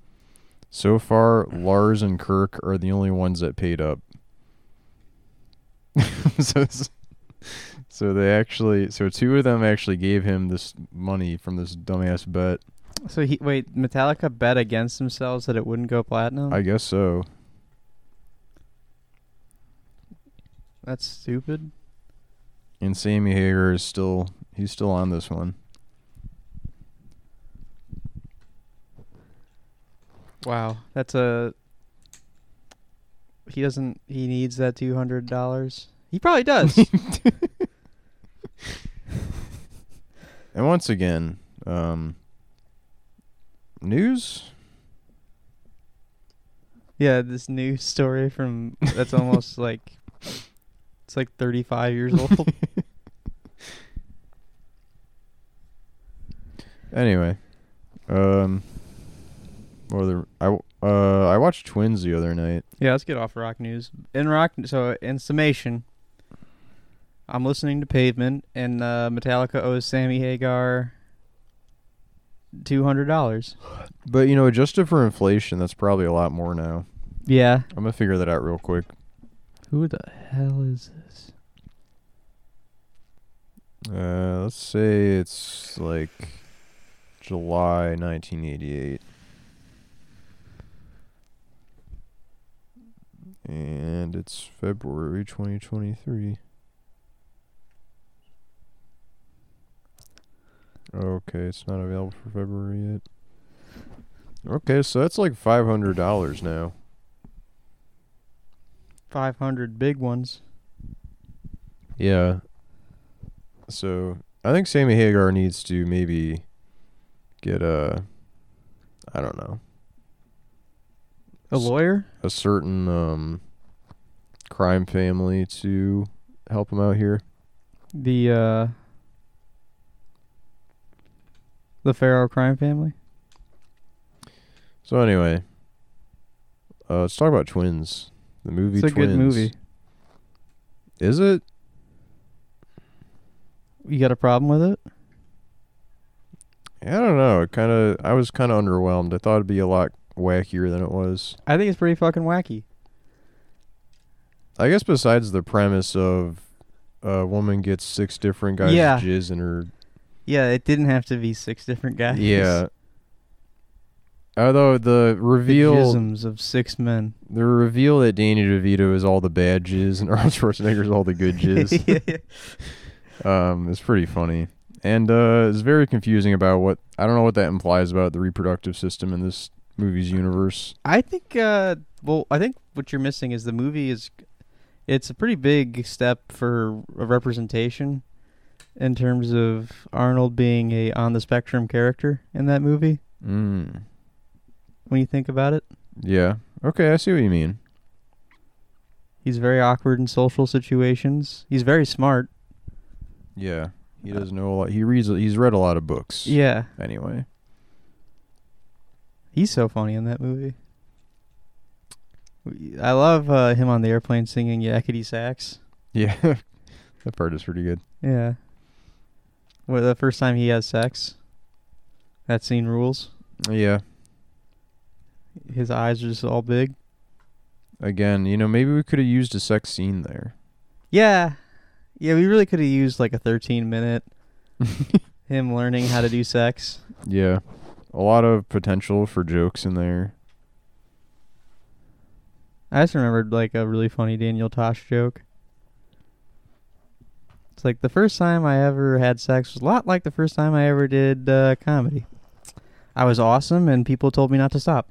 Speaker 2: So far, Lars and Kirk are the only ones that paid up. so, so they actually, so two of them actually gave him this money from this dumbass bet.
Speaker 3: So he wait, Metallica bet against themselves that it wouldn't go platinum.
Speaker 2: I guess so.
Speaker 3: That's stupid.
Speaker 2: And Sammy Hager is still, he's still on this one.
Speaker 3: Wow, that's a. He doesn't. He needs that two hundred dollars. He probably does.
Speaker 2: And once again, um, news.
Speaker 3: yeah, this news story from that's almost like it's like thirty five years old.
Speaker 2: Anyway, um, or the I w- uh I watched Twins the other night.
Speaker 3: yeah, let's get off rock news. In rock, so in summation, I'm listening to Pavement, and uh, Metallica owes Sammy Hagar two hundred dollars.
Speaker 2: But you know, adjusted for inflation, that's probably a lot more now.
Speaker 3: Yeah.
Speaker 2: I'm gonna figure that out real quick.
Speaker 3: Who the hell is this?
Speaker 2: Uh, let's say it's like July 1988. And it's February 2023. Okay, it's not available for February yet. Okay, so that's like $500 now.
Speaker 3: Five hundred big ones.
Speaker 2: Yeah. So I think Sammy Hagar needs to maybe get a, I don't know,
Speaker 3: A lawyer.
Speaker 2: a certain um, crime family to help him out here.
Speaker 3: The uh the Pharaoh crime family.
Speaker 2: So anyway, uh, let's talk about Twins, the movie.
Speaker 3: It's a
Speaker 2: Twins.
Speaker 3: good movie.
Speaker 2: Is it?
Speaker 3: You got a problem with it?
Speaker 2: I don't know. It kind of. I was kind of underwhelmed. I thought it'd be a lot wackier than it was.
Speaker 3: I think it's pretty fucking wacky.
Speaker 2: I guess besides the premise of a woman gets six different guys'
Speaker 3: Yeah.
Speaker 2: jizz in her
Speaker 3: Yeah, it didn't have to be six different guys.
Speaker 2: Yeah. Although the
Speaker 3: The
Speaker 2: reveal,
Speaker 3: jisms of six men.
Speaker 2: the reveal that Danny DeVito is all the bad jizz and Arnold Schwarzenegger is all the good jizz, um, is pretty funny, and uh, it's very confusing about what I don't know what that implies about the reproductive system in this movie's universe.
Speaker 3: I think uh well I think what you're missing is the movie is it's a pretty big step for a representation in terms of Arnold being a on the spectrum character in that movie
Speaker 2: Mm.
Speaker 3: when you think about it.
Speaker 2: Yeah. Okay, I see what you mean.
Speaker 3: He's very awkward in social situations. He's very smart.
Speaker 2: Yeah, he does know a lot. He reads. He's read a lot of books.
Speaker 3: Yeah.
Speaker 2: Anyway.
Speaker 3: He's so funny in that movie. We- I love uh, him on the airplane singing Yakety Sax.
Speaker 2: Yeah. that part is pretty good.
Speaker 3: Yeah. Well, the first time he has sex, that scene rules.
Speaker 2: Yeah.
Speaker 3: His eyes are just all big.
Speaker 2: Again, you know, maybe we could have used a sex scene there.
Speaker 3: Yeah. Yeah, we really could have used like a 13 minute him learning how to do sex.
Speaker 2: Yeah. A lot of potential for jokes in there.
Speaker 3: I just remembered like a really funny Daniel Tosh joke. It's like the first time I ever had sex was a lot like the first time I ever did uh, comedy. I was awesome, and people told me not to stop.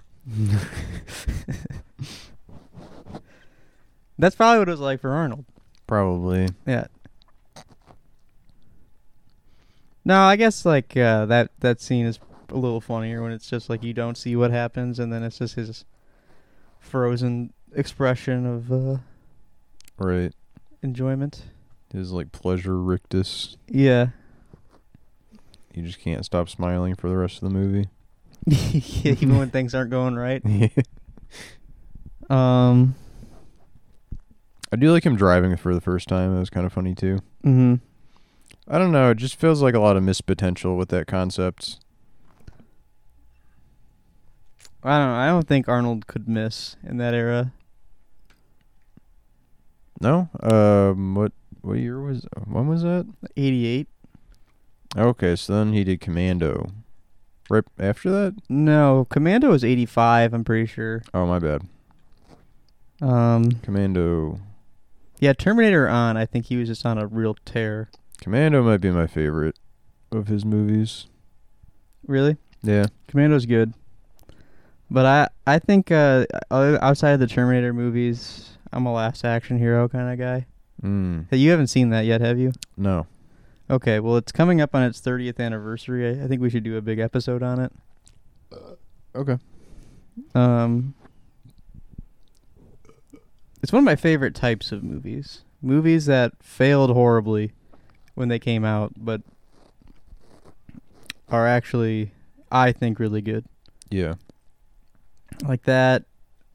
Speaker 3: That's probably what it was like for Arnold.
Speaker 2: Probably.
Speaker 3: Yeah. No, I guess like uh, that that scene is a little funnier when it's just like you don't see what happens, and then it's just his frozen expression of uh,
Speaker 2: Right.
Speaker 3: enjoyment.
Speaker 2: His like pleasure rictus.
Speaker 3: Yeah.
Speaker 2: He just can't stop smiling for the rest of the movie.
Speaker 3: yeah, even when things aren't going right. Um.
Speaker 2: I do like him driving for the first time. That was kind of funny too.
Speaker 3: hmm
Speaker 2: I don't know. It just feels like a lot of missed potential with that concept.
Speaker 3: I don't know. I don't think Arnold could miss in that era.
Speaker 2: No. Um. What? What year was? When was that?
Speaker 3: 88?
Speaker 2: Okay. So then he did Commando. Right after that?
Speaker 3: No, Commando was 85, I'm pretty sure.
Speaker 2: Oh, my bad.
Speaker 3: Um,
Speaker 2: Commando.
Speaker 3: yeah, Terminator on, I think he was just on a real tear.
Speaker 2: Commando might be my favorite of his movies.
Speaker 3: Really?
Speaker 2: Yeah.
Speaker 3: Commando's good. But I I think uh o- outside of the Terminator movies, I'm a last action hero kind of guy.
Speaker 2: Mm.
Speaker 3: Hey, you haven't seen that yet, have you?
Speaker 2: No.
Speaker 3: Okay, well, it's coming up on its 30th anniversary. I, I think we should do a big episode on it.
Speaker 2: Okay.
Speaker 3: Um, it's one of my favorite types of movies. Movies that failed horribly when they came out, but are actually, I think, really good.
Speaker 2: Yeah.
Speaker 3: Like that,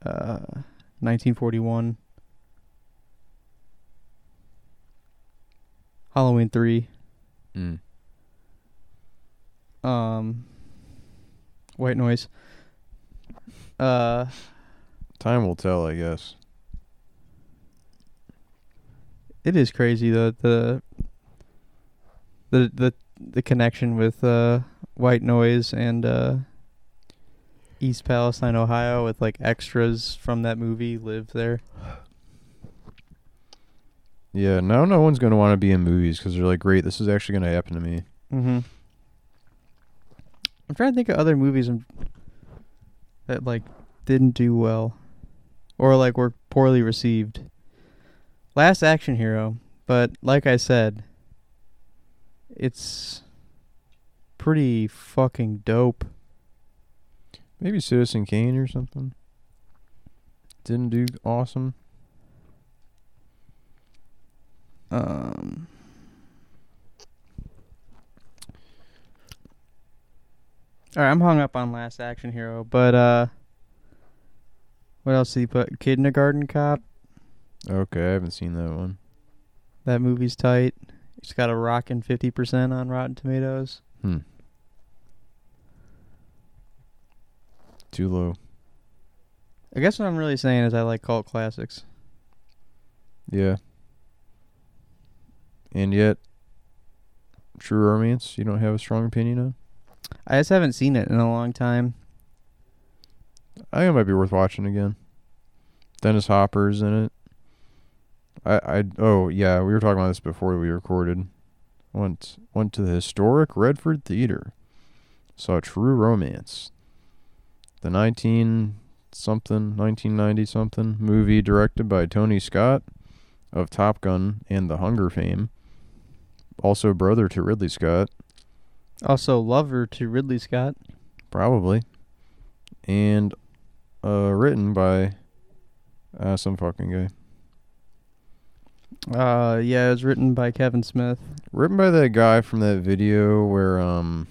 Speaker 3: uh, 1941, Halloween 3,
Speaker 2: Mm.
Speaker 3: um, White Noise. Uh,
Speaker 2: Time will tell, I guess.
Speaker 3: It is crazy the the the the, the connection with uh, white noise and uh, East Palestine, Ohio, with like extras from that movie live there.
Speaker 2: Yeah. Now no one's gonna want to be in movies because they're like, great, this is actually gonna happen to me.
Speaker 3: Mm-hmm. I'm trying to think of other movies I'm- that like didn't do well, or like were poorly received. Last Action Hero, but like I said, it's pretty fucking dope.
Speaker 2: Maybe Citizen Kane or something. Didn't do awesome.
Speaker 3: Um, all right, I'm hung up on Last Action Hero, but uh, what else did he put? Kindergarten Cop.
Speaker 2: Okay, I haven't seen that one.
Speaker 3: That movie's tight. It's got a rockin' fifty percent on Rotten Tomatoes.
Speaker 2: Hmm. Too low.
Speaker 3: I guess what I'm really saying is I like cult classics.
Speaker 2: Yeah. And yet, True Romance, you don't have a strong opinion on?
Speaker 3: I just haven't seen it in a long time.
Speaker 2: I think it might be worth watching again. Dennis Hopper's in it. I I oh yeah, we were talking about this before we recorded. Went went to the historic Redford Theater. Saw True Romance. The nineteen something, nineteen ninety something movie directed by Tony Scott of Top Gun and The Hunger fame. Also brother to Ridley Scott.
Speaker 3: Also, Lover to Ridley Scott.
Speaker 2: Probably. And uh, written by uh, some fucking guy.
Speaker 3: Uh, yeah, it was written by Kevin Smith.
Speaker 2: Written by that guy from that video where um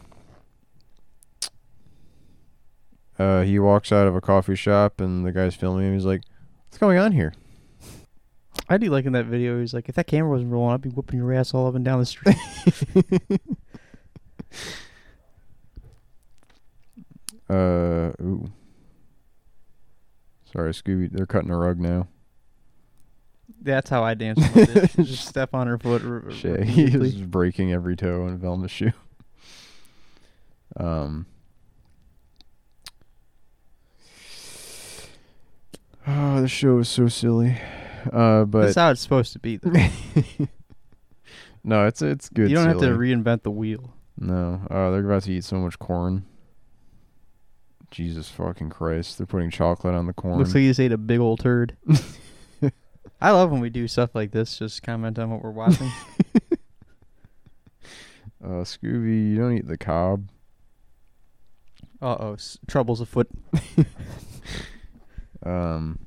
Speaker 2: uh, he walks out of a coffee shop and the guy's filming him. He's like, "What's going on here?"
Speaker 3: I do like in that video. He's like, if that camera wasn't rolling, I'd be whooping your ass all up and down the street.
Speaker 2: Uh, ooh. Sorry, Scooby. They're cutting a rug now.
Speaker 3: That's how I dance. with it. Just step on her foot. r- r-
Speaker 2: Shay is
Speaker 3: repeatedly.
Speaker 2: breaking every toe in Velma's shoe. Um. Oh, the show is so silly. Uh, but
Speaker 3: That's how it's supposed to be. Though.
Speaker 2: no, it's it's good.
Speaker 3: you don't have to
Speaker 2: silly.
Speaker 3: reinvent the wheel.
Speaker 2: No. Oh, they're about to eat so much corn. Jesus fucking Christ! They're putting chocolate on the corn.
Speaker 3: Looks like you just ate a big old turd. I love when we do stuff like this. Just comment on what we're watching.
Speaker 2: uh, Scooby, you don't eat the cob.
Speaker 3: uh oh, s- troubles afoot.
Speaker 2: Um,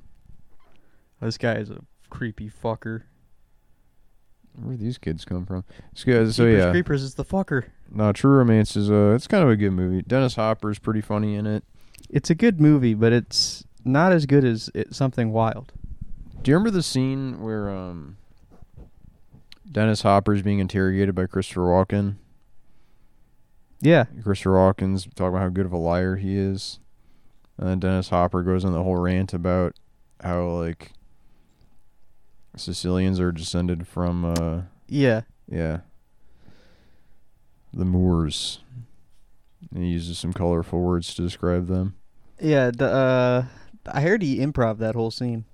Speaker 3: This guy is a creepy fucker.
Speaker 2: where these kids come from? Sco- So
Speaker 3: Jeepers
Speaker 2: yeah,
Speaker 3: creepers is the fucker.
Speaker 2: No, True Romance is uh it's kind of a good movie. Dennis Hopper's pretty funny in it.
Speaker 3: It's a good movie, but it's not as good as it, something wild.
Speaker 2: Do you remember the scene where um Dennis Hopper's being interrogated by Christopher Walken?
Speaker 3: Yeah,
Speaker 2: Christopher Walken's talking about how good of a liar he is. And then Dennis Hopper goes on the whole rant about how like Sicilians are descended from uh
Speaker 3: Yeah.
Speaker 2: yeah the Moors. And he uses some colorful words to describe them.
Speaker 3: Yeah, the uh I heard he improv that whole scene.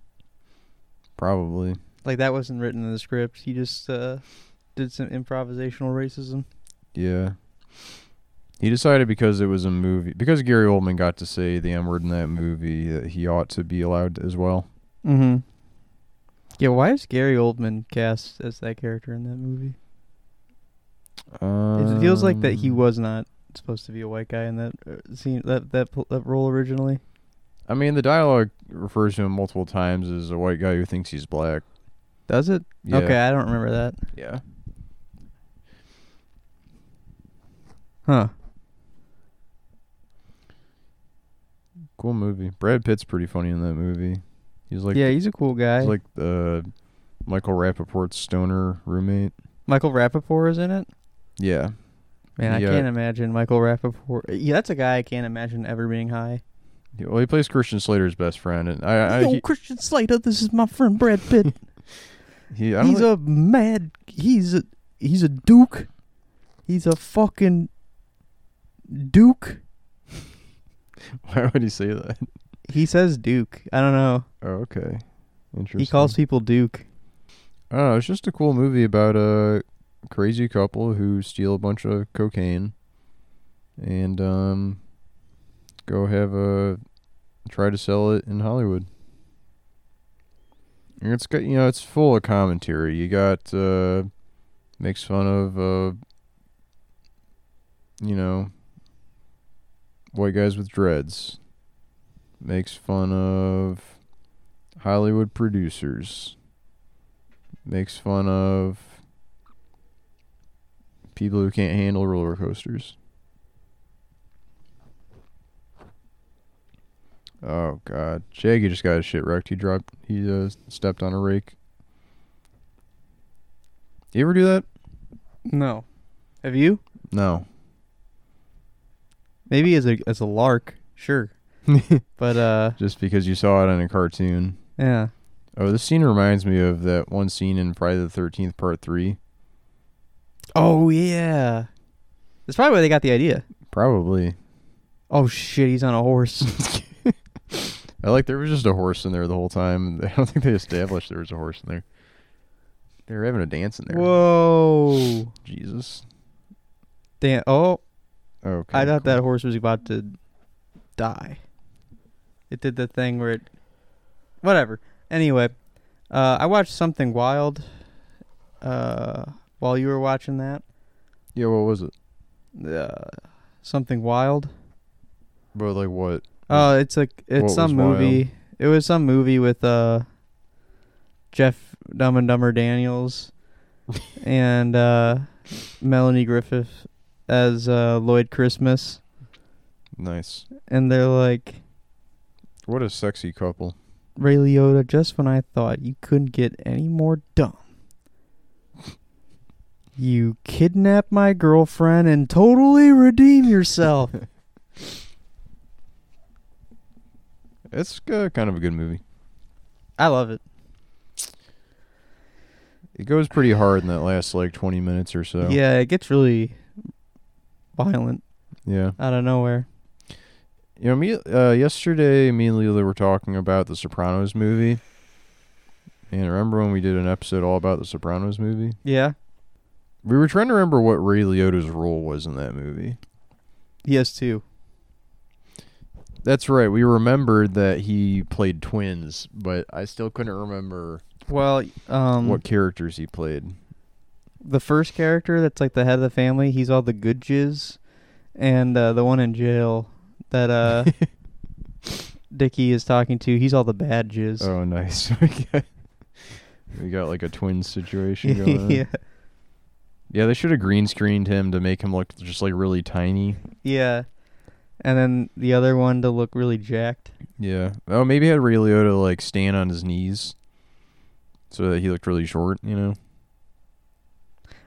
Speaker 2: Probably.
Speaker 3: Like that wasn't written in the script. He just uh did some improvisational racism.
Speaker 2: Yeah. He decided because it was a movie because Gary Oldman got to say the M word in that movie that he ought to be allowed as well.
Speaker 3: Mm-hmm. Yeah, why is Gary Oldman cast as that character in that movie? it feels like that he
Speaker 2: Um,
Speaker 3: was not supposed to be a white guy in that uh, scene that that pl- that role originally.
Speaker 2: I mean, the dialogue refers to him multiple times as a white guy who thinks he's black.
Speaker 3: Does it?
Speaker 2: Yeah.
Speaker 3: Okay, I don't remember that.
Speaker 2: Yeah.
Speaker 3: Huh.
Speaker 2: Cool movie. Brad Pitt's pretty funny in that movie. He's like
Speaker 3: yeah, he's a cool guy.
Speaker 2: he's like the Michael Rappaport's stoner roommate.
Speaker 3: Michael Rappaport is in it.
Speaker 2: Yeah.
Speaker 3: Man,
Speaker 2: Yeah.
Speaker 3: I can't imagine Michael Rappaport. Yeah, that's a guy I can't imagine ever being high.
Speaker 2: He- Well, he plays Christian Slater's best friend, and I, I
Speaker 3: Yo,
Speaker 2: he,
Speaker 3: Christian Slater, this is my friend Brad Pitt.
Speaker 2: he I don't
Speaker 3: he's
Speaker 2: think-
Speaker 3: a mad. He's a he's a duke. He's a fucking duke.
Speaker 2: why would he say that?
Speaker 3: He says duke. I don't know.
Speaker 2: Oh, okay. Interesting.
Speaker 3: He calls people duke.
Speaker 2: Oh, it's just a cool movie about a crazy couple who steal a bunch of cocaine and um go have a try to sell it in Hollywood. And it's got you know, it's full of commentary. You got uh makes fun of uh you know white guys with dreads. Makes fun of Hollywood producers makes fun of people who can't handle roller coasters. Oh god, Shaggy just got his shit wrecked. He dropped. He uh, stepped on a rake. You ever do that?
Speaker 3: No, have you?
Speaker 2: No.
Speaker 3: Maybe as a as a lark, sure. But uh,
Speaker 2: Just because you saw it in a cartoon.
Speaker 3: yeah.
Speaker 2: Oh, this scene reminds me of that one scene in Friday the Thirteenth Part Three.
Speaker 3: Oh yeah. That's probably where they got the idea.
Speaker 2: Probably.
Speaker 3: Oh shit, he's on a horse.
Speaker 2: I like there was just a horse in there the whole time. I don't think they established there was a horse in there. They were having a dance in there.
Speaker 3: Whoa.
Speaker 2: Jesus.
Speaker 3: Damn. Oh,
Speaker 2: Oh, okay.
Speaker 3: I thought
Speaker 2: cool.
Speaker 3: that horse was about to die. It did the thing where it. Whatever. Anyway, uh, I watched something wild uh, while you were watching that.
Speaker 2: Yeah, what was it?
Speaker 3: Uh, something wild.
Speaker 2: But like what?
Speaker 3: Oh, it's like it's
Speaker 2: What was
Speaker 3: some
Speaker 2: wild?
Speaker 3: movie. It was some movie with uh Jeff Dumb and Dumber Daniels and uh Melanie Griffith as uh Lloyd Christmas
Speaker 2: Nice.
Speaker 3: and they're like
Speaker 2: What a sexy couple.
Speaker 3: Ray Liotta just when I thought you couldn't get any more dumb. You kidnap my girlfriend and totally redeem yourself.
Speaker 2: It's uh, kind of a good movie.
Speaker 3: I love it.
Speaker 2: It goes pretty hard in that last like 20 minutes or so.
Speaker 3: Yeah, it gets really violent
Speaker 2: Yeah.
Speaker 3: out of nowhere.
Speaker 2: You know, me uh, yesterday, me and Leela were talking about the Sopranos movie. And remember when we did an episode all about the Sopranos movie?
Speaker 3: Yeah.
Speaker 2: We were trying to remember what Ray Liotta's role was in that movie.
Speaker 3: He has two.
Speaker 2: That's right. We remembered that he played twins, but I still couldn't remember
Speaker 3: Well, um,
Speaker 2: what characters he played.
Speaker 3: the first character that's like the head of the family, he's all the good jizz, and uh, the one in jail that uh, Dickie is talking to, he's all the bad jizz.
Speaker 2: Oh, nice. we, got, we got like a twin situation going. on.
Speaker 3: yeah,
Speaker 2: Yeah, they should have green screened him to make him look just like really tiny.
Speaker 3: yeah, and then the other one to look really jacked.
Speaker 2: Yeah. Oh, maybe had Ray Liotta like stand on his knees so that he looked really short, you know?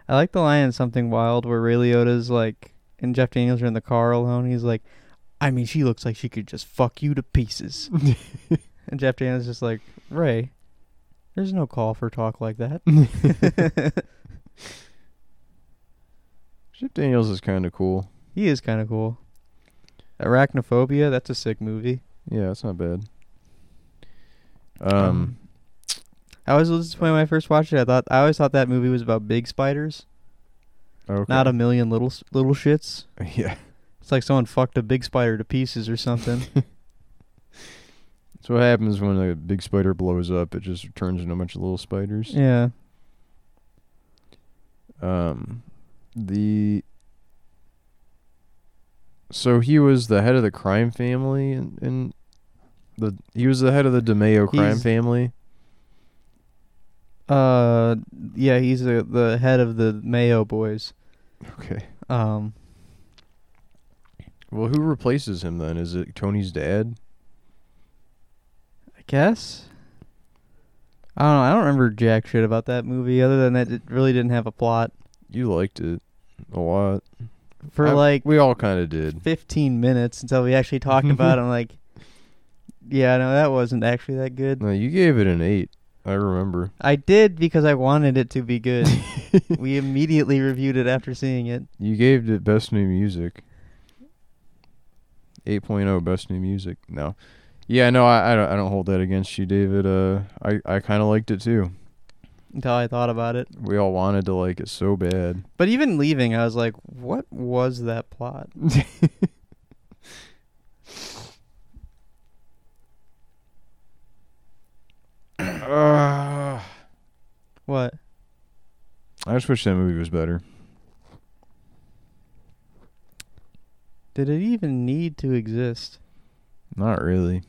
Speaker 3: I like the line in Something Wild where Ray Liotta's like, and Jeff Daniels are in the car alone. He's like, I mean, she looks like she could just fuck you to pieces. and Jeff Daniels just like, Ray, there's no call for talk like that.
Speaker 2: Chip Daniels is kind of cool.
Speaker 3: he is kind of cool. Arachnophobia, that's a sick movie.
Speaker 2: Yeah, it's not bad. Um,
Speaker 3: I was just when I first watched it. I thought I always thought that movie was about big spiders,
Speaker 2: okay.
Speaker 3: not a million little s- little shits.
Speaker 2: yeah.
Speaker 3: It's like someone fucked a big spider to pieces or something.
Speaker 2: That's what happens when a big spider blows up. It just turns into a bunch of little spiders.
Speaker 3: yeah,
Speaker 2: Um, the so he was the head of the crime family, and, and the he was the head of the DeMeo crime
Speaker 3: He's-
Speaker 2: family.
Speaker 3: uh, yeah, he's uh the head of the Mayo boys.
Speaker 2: Okay.
Speaker 3: Um,
Speaker 2: Well, who replaces him then? Is it Tony's dad?
Speaker 3: I guess. I don't know. I don't remember jack shit about that movie. Other than that, it really didn't have a plot
Speaker 2: You liked it a lot.
Speaker 3: for
Speaker 2: I-
Speaker 3: like
Speaker 2: we all kind of did.
Speaker 3: 15 minutes until we actually talked about. it. I'm like, yeah, no, that wasn't actually that good.
Speaker 2: No, you gave it an eight. I remember.
Speaker 3: I did because I wanted it to be good. we immediately reviewed it after seeing it.
Speaker 2: You gave it best new music. 8.0 best new music. No. Yeah, no, I, I don't I don't hold that against you, David. Uh I, I kinda liked it too.
Speaker 3: Until I thought about it.
Speaker 2: We all wanted to like it so bad.
Speaker 3: But even leaving, I was like, what was that plot?
Speaker 2: uh,
Speaker 3: What?
Speaker 2: I just wish that movie was better.
Speaker 3: Did it even need to exist?
Speaker 2: Not really.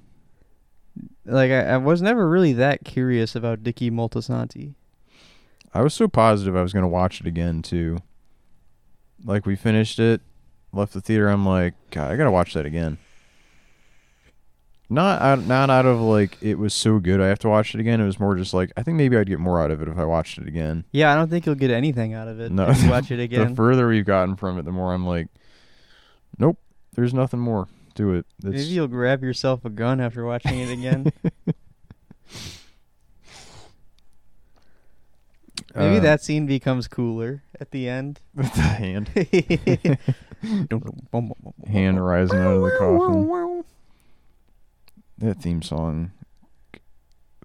Speaker 3: Like, I, I was never really that curious about Dicky Moltisanti.
Speaker 2: I was so positive I was gonna watch it again too. Like we finished it, left the theater. I'm like, God, I gotta watch that again. Not out, not out of like it was so good. I have to watch it again. It was more just like I think maybe I'd get more out of it if I watched it again.
Speaker 3: Yeah, I don't think you'll get anything out of it
Speaker 2: No.
Speaker 3: if you watch it
Speaker 2: The
Speaker 3: again.
Speaker 2: further we've gotten from it, the more I'm like, nope, there's nothing more to it.
Speaker 3: Maybe
Speaker 2: It's,
Speaker 3: you'll grab yourself a gun after watching it again. Maybe
Speaker 2: uh,
Speaker 3: that scene becomes cooler at the end.
Speaker 2: with the hand
Speaker 3: Hand
Speaker 2: hand rising out of the coffin. That theme song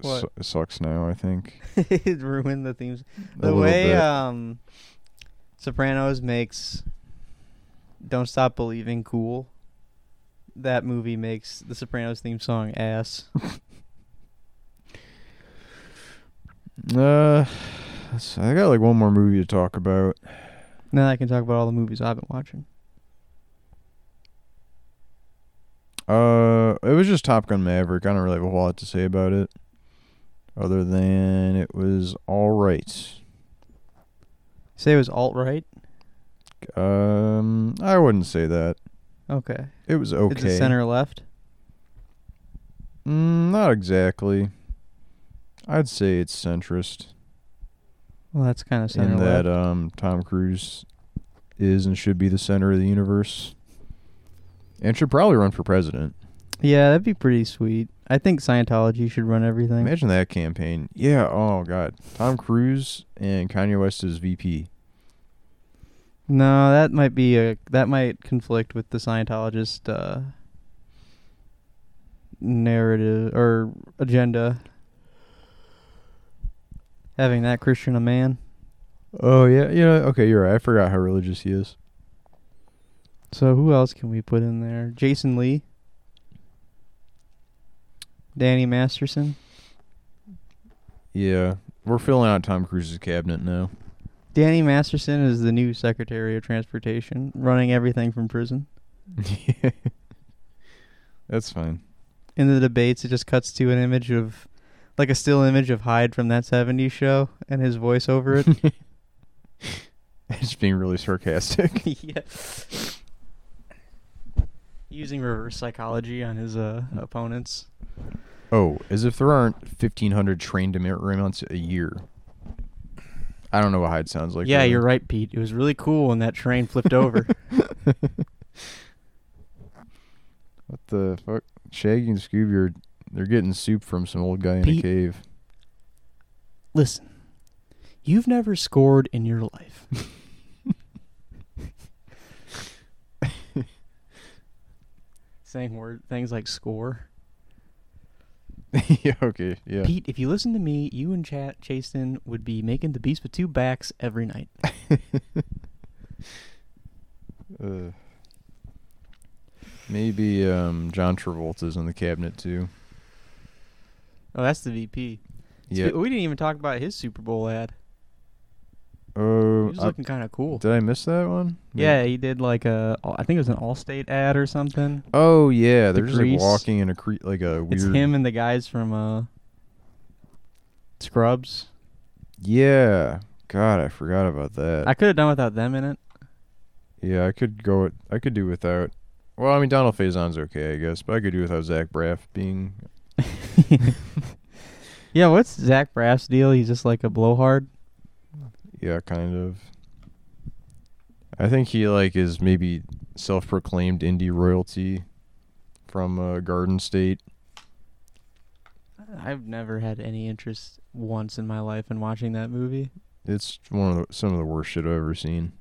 Speaker 3: What?
Speaker 2: su- sucks now. I think
Speaker 3: it ruined the themes.
Speaker 2: A
Speaker 3: The
Speaker 2: little
Speaker 3: way
Speaker 2: bit.
Speaker 3: um, Sopranos makes "Don't Stop Believing" cool, that movie makes the Sopranos theme song ass.
Speaker 2: Uh, let's- I got like one more movie to talk about.
Speaker 3: now I can talk about all the movies I've been watching.
Speaker 2: Uh, it was just Top Gun Maverick. I don't really have a whole lot to say about it, other than it was all right.
Speaker 3: Say it was alt right.
Speaker 2: Um, I wouldn't say that.
Speaker 3: Okay.
Speaker 2: It was okay.
Speaker 3: It's a center left.
Speaker 2: Mm, not exactly. I'd say it's centrist
Speaker 3: Well, that's kind of center
Speaker 2: in that
Speaker 3: left.
Speaker 2: um Tom Cruise is and should be the center of the universe, and should probably run for president.
Speaker 3: yeah, that'd be pretty sweet. I think Scientology should run everything.
Speaker 2: Imagine that campaign. Yeah. Oh God. Tom Cruise and Kanye West is VP.
Speaker 3: No, that might be a that might conflict with the Scientologist uh, narrative or agenda. Having that Christian a man,
Speaker 2: Oh yeah. Yeah. Okay. You're right. I forgot how religious he is.
Speaker 3: so who else can we put in there? Jason Lee, Danny Masterson.
Speaker 2: Yeah. We're filling out Tom Cruise's cabinet now.
Speaker 3: Danny Masterson is the new Secretary of Transportation, running everything from prison.
Speaker 2: That's fine.
Speaker 3: in the debates, it just cuts to an image of, like a still image of Hyde from that '70s show and his voice over it.
Speaker 2: It's being really sarcastic.
Speaker 3: yeah. Using reverse psychology on his uh, opponents.
Speaker 2: Oh, as if there aren't 1,500 trained immigrants a year. I don't know what Hyde sounds like.
Speaker 3: yeah,
Speaker 2: really.
Speaker 3: you're right, Pete. It was really cool when that train flipped over.
Speaker 2: the fuck? Shaggy and Scooby are they're getting soup from some old guy in a
Speaker 3: Pete.
Speaker 2: cave.
Speaker 3: Listen, you've never scored in your life. Saying word things like score.
Speaker 2: yeah. Okay. Yeah.
Speaker 3: Pete, if you listen to me, you and Cha Chasten would be making the beast with two backs every night.
Speaker 2: Uh, maybe um, John Travolta's in the cabinet too.
Speaker 3: Oh, that's the VP. Spe-
Speaker 2: Yeah.
Speaker 3: We didn't even talk about his Super Bowl ad. He
Speaker 2: Oh,
Speaker 3: was
Speaker 2: I-
Speaker 3: looking kind of cool.
Speaker 2: did I miss that one?
Speaker 3: Yeah, he did like a, I think it was an Allstate ad or something.
Speaker 2: Oh yeah, they're just like
Speaker 3: Grease.
Speaker 2: walking in a cre- like a weird.
Speaker 3: It's him and the guys from uh, Scrubs.
Speaker 2: Yeah. God, I forgot about that.
Speaker 3: I could have done without them in it.
Speaker 2: yeah, I could go. With, I could do without. Well, I mean, Donald Faison's okay, I guess, but I could do without Zach Braff being.
Speaker 3: Yeah, what's Zach Braff's deal? He's just like a blowhard.
Speaker 2: Yeah, kind of. I think he like is maybe self-proclaimed indie royalty from uh, Garden State.
Speaker 3: I've never had any interest once in my life in watching that movie.
Speaker 2: It's one of the, some of the worst shit I've ever seen.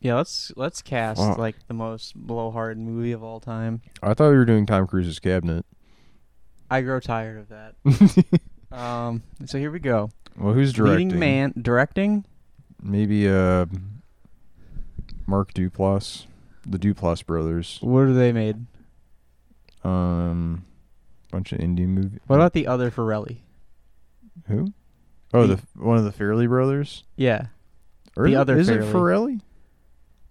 Speaker 3: Yeah, let's let's cast
Speaker 2: Fuck.
Speaker 3: like the most blowhard movie of all time.
Speaker 2: I thought we were doing Tom Cruise's cabinet.
Speaker 3: I grow tired of that. um, so here we go.
Speaker 2: Well, who's directing?
Speaker 3: Leading man directing.
Speaker 2: Maybe uh, Mark Duplass, the Duplass brothers.
Speaker 3: What are they made?
Speaker 2: Um, bunch of indie movie.
Speaker 3: What about the other Ferrelli?
Speaker 2: who? Oh,
Speaker 3: the-
Speaker 2: the one of the Fairley brothers.
Speaker 3: Yeah,
Speaker 2: Or
Speaker 3: The
Speaker 2: is it-
Speaker 3: other
Speaker 2: is
Speaker 3: Farrelly.
Speaker 2: it Farrelly?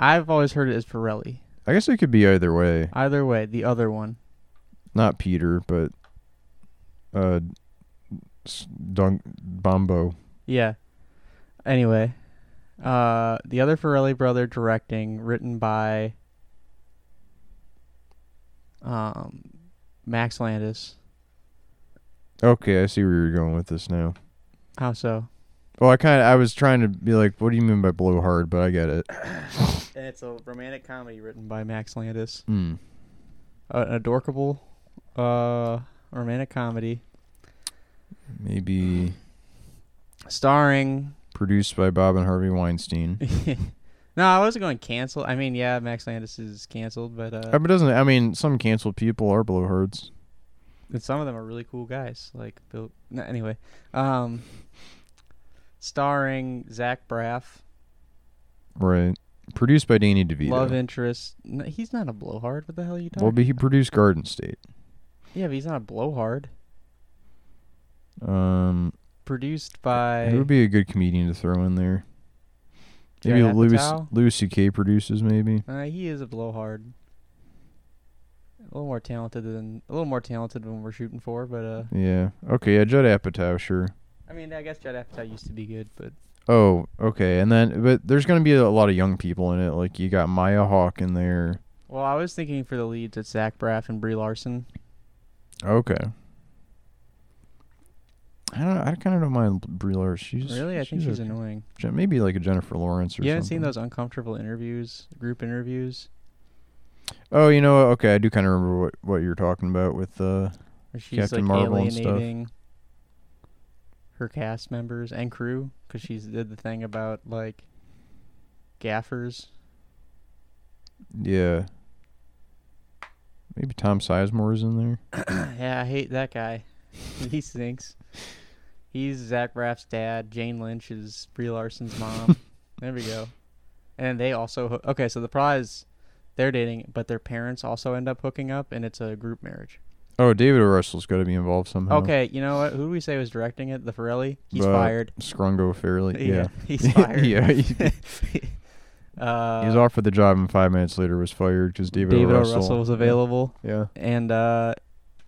Speaker 3: I've always heard it as Ferrelli.
Speaker 2: I guess it could be either way.
Speaker 3: Either way, the other one.
Speaker 2: Not Peter, but uh, s- Dunk Bombo.
Speaker 3: Yeah. Anyway, uh, the other Ferrelli brother directing, written by um, Max Landis.
Speaker 2: Okay, I see where you're going with this now.
Speaker 3: How so?
Speaker 2: Well, I kind of I was trying to be like, what do you mean by blow hard? But I get it.
Speaker 3: And it's a romantic comedy written by Max Landis.
Speaker 2: Hmm.
Speaker 3: Uh, an adorable uh, romantic comedy
Speaker 2: Maybe
Speaker 3: starring.
Speaker 2: produced by Bob and Harvey Weinstein.
Speaker 3: no, I wasn't going cancel. I mean, yeah, Max Landis is canceled, but uh,
Speaker 2: Uh, but doesn't I mean some canceled people are blowhards.
Speaker 3: And some of them are really cool guys, like Bill. No, anyway, um, starring Zach Braff,
Speaker 2: Right. Produced by Danny DeVito.
Speaker 3: love interest. No, he's not a blowhard. What the hell are you talking?
Speaker 2: Well, but he produced Garden State.
Speaker 3: yeah, but he's not a blowhard.
Speaker 2: Um,
Speaker 3: Produced by
Speaker 2: it would be a good comedian to throw in there.
Speaker 3: Judd
Speaker 2: Maybe Louis
Speaker 3: Apatow?
Speaker 2: Louis C.K. produces. Maybe
Speaker 3: Uh, he is a blowhard. A little more talented than a little more talented than we're shooting for, but uh,
Speaker 2: yeah. Okay, yeah, Judd Apatow, sure.
Speaker 3: I mean, I guess Judd Apatow used to be good, but
Speaker 2: Oh, okay, and then but there's gonna be a lot of young people in it. Like you got Maya Hawk in there.
Speaker 3: well, I was thinking for the leads, it's Zach Braff and Brie Larson.
Speaker 2: Okay. I don't. I kind of don't mind Brie Larson. She's
Speaker 3: Really, I think she's
Speaker 2: a,
Speaker 3: annoying.
Speaker 2: Gen- maybe like a Jennifer Lawrence or
Speaker 3: You haven't
Speaker 2: something.
Speaker 3: seen those uncomfortable interviews, group interviews.
Speaker 2: Oh, you know, what? okay, I do kind of remember what, what you're talking about with uh
Speaker 3: Where she's
Speaker 2: Captain
Speaker 3: like
Speaker 2: Marvel and stuff.
Speaker 3: alienating her cast members and crew because she's did the thing about like gaffers.
Speaker 2: yeah. Maybe Tom Sizemore is in there.
Speaker 3: yeah, I hate that guy. he stinks. He's Zach Braff's dad. Jane Lynch is Brie Larson's mom. there we go. And they also hoo- okay. So the prize, they're dating, but their parents also end up hooking up, and it's a group marriage.
Speaker 2: Oh, David O. Russell's got to be involved somehow.
Speaker 3: Okay, you know what? Who do we say was directing it? The Ferrelli. He's
Speaker 2: Uh,
Speaker 3: fired.
Speaker 2: Scrungo Fairley. Yeah.
Speaker 3: he's fired.
Speaker 2: yeah. He, he
Speaker 3: uh,
Speaker 2: was offered the job and five minutes later was fired because David,
Speaker 3: David
Speaker 2: O.
Speaker 3: O.
Speaker 2: Russell.
Speaker 3: Russell was available,
Speaker 2: Yeah.
Speaker 3: and uh,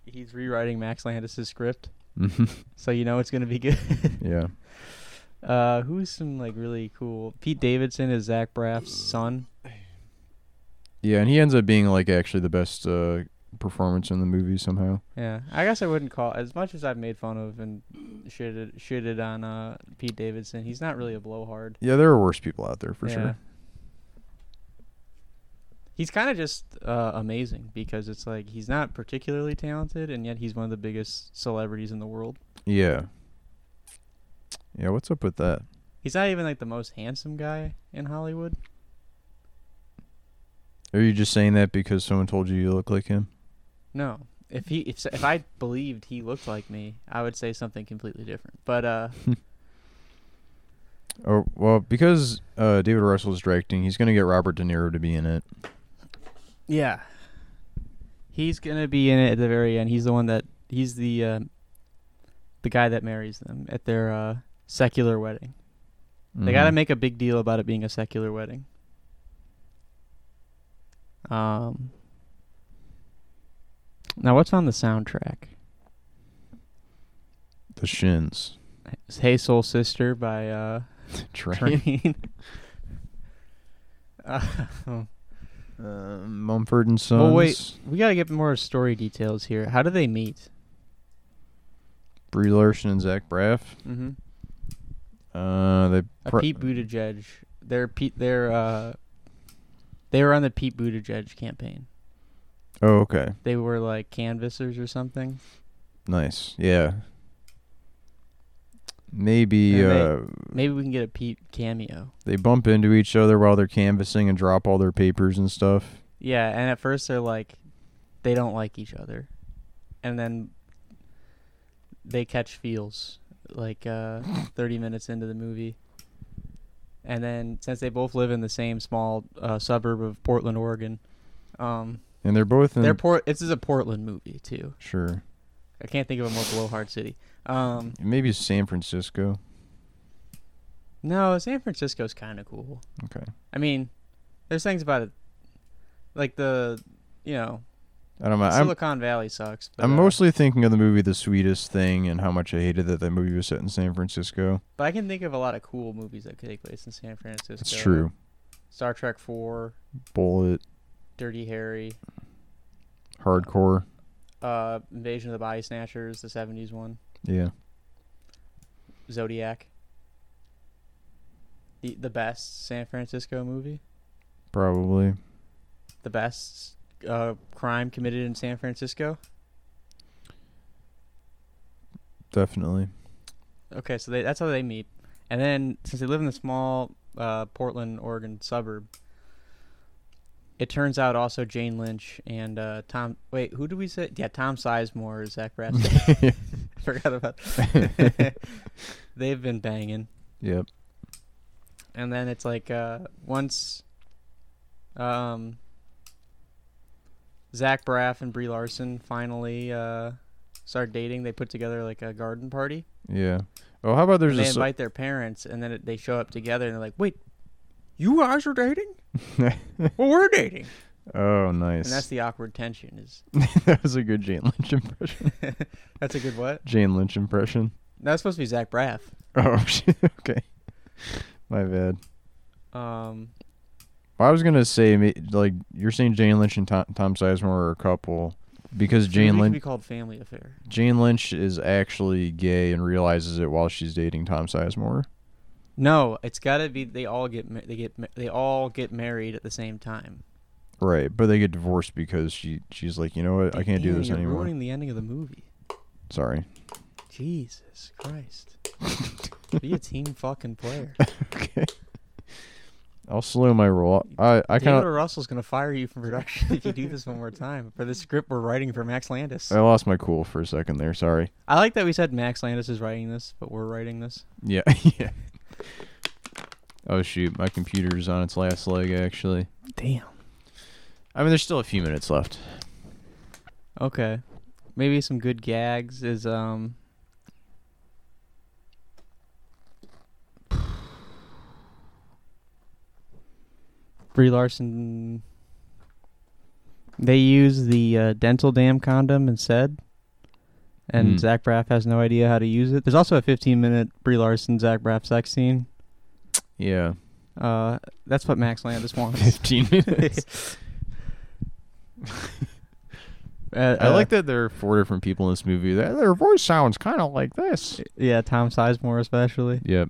Speaker 3: he's rewriting Max Landis' script,
Speaker 2: Mhm.
Speaker 3: so you know it's gonna be good.
Speaker 2: yeah.
Speaker 3: uh, who's some like really cool? Pete Davidson is Zach Braff's son.
Speaker 2: Yeah, and he ends up being like actually the best uh, performance in the movie somehow.
Speaker 3: Yeah, I guess I wouldn't call as much as I've made fun of and shitted shitted on uh, Pete Davidson. He's not really a blowhard.
Speaker 2: Yeah, there are worse people out there for
Speaker 3: Yeah.
Speaker 2: sure.
Speaker 3: He's kind of just uh, amazing because it's like he's not particularly talented, and yet he's one of the biggest celebrities in the world.
Speaker 2: Yeah. Yeah, what's up with that?
Speaker 3: He's not even like the most handsome guy in Hollywood.
Speaker 2: Are you just saying that because someone told you you look like him?
Speaker 3: No, if he if if I believed he looked like me, I would say something completely different. But uh,
Speaker 2: Or well, because uh, David Russell is directing, he's gonna get Robert De Niro to be in it.
Speaker 3: yeah, he's gonna be in it at the very end. He's the one that he's the uh, the guy that marries them at their uh, secular wedding. They got to
Speaker 2: Mhm.
Speaker 3: make a big deal about it being a secular wedding. Um. Now, what's on the soundtrack?
Speaker 2: the shins.
Speaker 3: It's hey Soul Sister by uh,
Speaker 2: Train.
Speaker 3: Train. Uh,
Speaker 2: Uh, Mumford and Sons.
Speaker 3: Well, wait. we got to get more story details here. How do they meet?
Speaker 2: Brie Larson and Zach Braff.
Speaker 3: Mm-hmm.
Speaker 2: Uh, they.
Speaker 3: A
Speaker 2: pro-
Speaker 3: Pete Buttigieg. They're Pete. They're uh, they were on the Pete Buttigieg campaign.
Speaker 2: oh, okay.
Speaker 3: They were like canvassers or something.
Speaker 2: Nice. Yeah. Maybe
Speaker 3: And they-
Speaker 2: uh,
Speaker 3: Maybe we can get a Pete cameo.
Speaker 2: they bump into each other while they're canvassing and drop all their papers and stuff.
Speaker 3: Yeah, and at first they're like, they don't like each other, and then they catch feels like uh, thirty minutes into the movie, and then since they both live in the same small uh, suburb of Portland, Oregon, um,
Speaker 2: And they're both in.
Speaker 3: they're port. This is a Portland movie too.
Speaker 2: sure.
Speaker 3: I can't think of a more blowhard city. Um,
Speaker 2: Maybe San Francisco.
Speaker 3: no, San Francisco's kind of cool.
Speaker 2: Okay.
Speaker 3: I mean, there's things about it, like the, you know,
Speaker 2: I don't know. I'm,
Speaker 3: Silicon Valley sucks. But,
Speaker 2: I'm
Speaker 3: uh,
Speaker 2: mostly thinking of the movie The Sweetest Thing and how much I hated that that movie was set in San Francisco.
Speaker 3: But I can think of a lot of cool movies that could take place in San Francisco.
Speaker 2: It's true.
Speaker 3: Star Trek Four,
Speaker 2: Bullet,
Speaker 3: Dirty Harry,
Speaker 2: hardcore.
Speaker 3: uh, Invasion of the Body Snatchers, the '70s one,
Speaker 2: Yeah.
Speaker 3: Zodiac. The the best San Francisco movie,
Speaker 2: Probably.
Speaker 3: the best uh, crime committed in San Francisco.
Speaker 2: Definitely.
Speaker 3: Okay, so they, that's how they meet, and then since they live in the small uh, Portland, Oregon suburb, it turns out also Jane Lynch and uh, Tom. Wait, who do we say? Yeah, Tom Sizemore is Zach Braff. Forgot about. They've been banging,
Speaker 2: Yep.
Speaker 3: and then it's like uh, once, um, Zach Braff and Brie Larson finally uh, start dating. They put together like a garden party.
Speaker 2: Yeah. Oh, how about there's
Speaker 3: And
Speaker 2: a
Speaker 3: they
Speaker 2: s-
Speaker 3: invite their parents, and then it, they show up together, and they're like, "Wait, you guys are dating? well, we're dating."
Speaker 2: Oh, nice.
Speaker 3: And that's the awkward tension. Is
Speaker 2: that was a good Jane Lynch impression.
Speaker 3: that's a good what?
Speaker 2: Jane Lynch impression.
Speaker 3: That's supposed to be Zach Braff.
Speaker 2: Oh, shit. okay. My bad.
Speaker 3: Um,
Speaker 2: Well, I was gonna say, ma- like, you're saying Jane Lynch and Tom, Tom Sizemore are a couple because Jane
Speaker 3: maybe it could
Speaker 2: Lynch
Speaker 3: be called Family Affair.
Speaker 2: Jane Lynch is actually gay and realizes it while she's dating Tom Sizemore.
Speaker 3: No, it's got to be. They all get ma- they get ma- they all get married at the same time.
Speaker 2: Right, but they get divorced because she she's like, you know what, I can't do
Speaker 3: Damn,
Speaker 2: this
Speaker 3: you're
Speaker 2: anymore.
Speaker 3: Ruining the ending of the movie.
Speaker 2: Sorry.
Speaker 3: Jesus Christ! be a team fucking player.
Speaker 2: Okay. I'll slow my roll. I I kind
Speaker 3: David O.
Speaker 2: of
Speaker 3: Russell's gonna fire you from production if you do this one more time for the script we're writing for Max Landis.
Speaker 2: I lost my cool for a second there. Sorry.
Speaker 3: I like that we said Max Landis is writing this, but we're writing this.
Speaker 2: Yeah, yeah. Oh shoot, my computer's on its last leg actually.
Speaker 3: Damn.
Speaker 2: I mean, there's still a few minutes left.
Speaker 3: Okay. Maybe some good gags is um Brie Larson they use the uh, dental dam condom instead. And
Speaker 2: Hmm.
Speaker 3: Zach Braff has no idea how to use it. There's also a 15 minute Brie Larson Zach Braff sex scene.
Speaker 2: Yeah,
Speaker 3: Uh, that's what Max Landis wants.
Speaker 2: 15 minutes.
Speaker 3: Uh,
Speaker 2: I
Speaker 3: uh,
Speaker 2: like that there are four different people in this movie. Their, their voice sounds kind of like this.
Speaker 3: uh, Yeah, Tom Sizemore especially.
Speaker 2: Yep.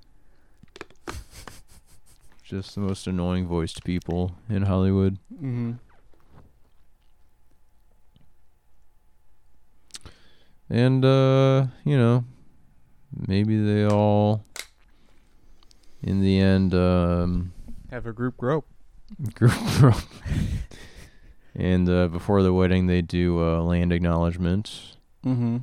Speaker 2: Just the most annoying voiced people in Hollywood.
Speaker 3: Mm-hmm.
Speaker 2: And uh, you know, maybe they all in the end um
Speaker 3: Have a group grow.
Speaker 2: group grow. and uh, before the wedding they do uh, land acknowledgement
Speaker 3: Mm-hmm.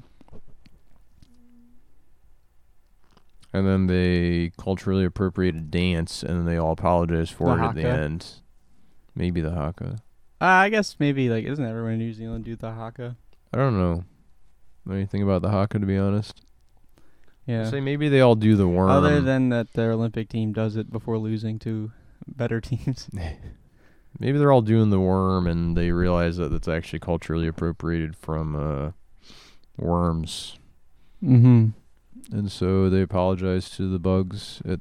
Speaker 2: and then they culturally appropriate a dance and then they all apologize for
Speaker 3: The
Speaker 2: it at the
Speaker 3: haka.
Speaker 2: end. Maybe the haka.
Speaker 3: Uh, I guess maybe like isn't everyone in New Zealand do the haka?
Speaker 2: I don't know. know anything about the haka to be honest. I'd
Speaker 3: Yeah. Um,
Speaker 2: Say maybe they all do the worm.
Speaker 3: Other than that, their Olympic team does it before losing to better teams.
Speaker 2: Maybe they're all doing the worm and they realize that it's actually culturally appropriated from uh, worms.
Speaker 3: Mm-hmm.
Speaker 2: And so they apologize to the bugs. At,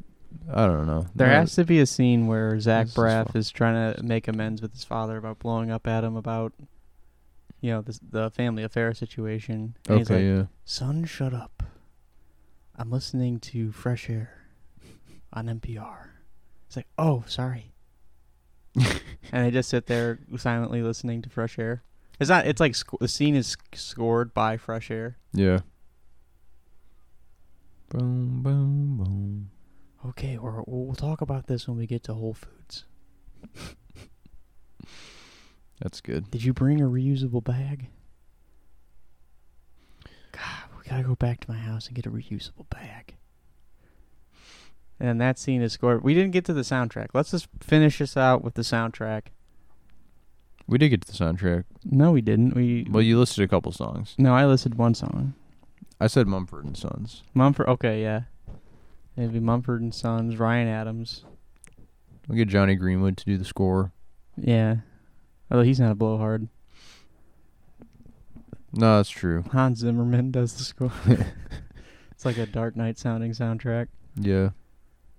Speaker 2: I don't know.
Speaker 3: There
Speaker 2: Not-
Speaker 3: has to be a scene where Zach
Speaker 2: This is
Speaker 3: Braff
Speaker 2: fun.
Speaker 3: is trying to make amends with his father about blowing up at him about, you know, this, the family affair situation. And he's
Speaker 2: Okay,
Speaker 3: like,
Speaker 2: yeah.
Speaker 3: Son, shut up. I'm listening to Fresh Air on NPR. It's like, oh, sorry. and they just sit there silently listening to Fresh Air. It's not. It's like sc- the scene is sc- scored by Fresh Air.
Speaker 2: Yeah. Boom, boom, boom.
Speaker 3: Okay, or we'll we'll talk about this when we get to Whole Foods.
Speaker 2: That's good.
Speaker 3: Did you bring a reusable bag? God, we gotta go back to my house and get a reusable bag. And that scene is scored. We didn't get to the soundtrack. Let's just finish this out with the soundtrack.
Speaker 2: We did get to the soundtrack.
Speaker 3: No, we didn't. We
Speaker 2: Well, you listed a couple songs.
Speaker 3: no, I listed one song.
Speaker 2: I said Mumford and Sons.
Speaker 3: Mumford. Okay, yeah. It'd be Mumford and Sons. Ryan Adams.
Speaker 2: We'll get Johnny Greenwood to do the score.
Speaker 3: Yeah. Although he's not a blowhard.
Speaker 2: No, that's true.
Speaker 3: Hans Zimmerman does the score. it's like a Dark Knight sounding soundtrack.
Speaker 2: Yeah.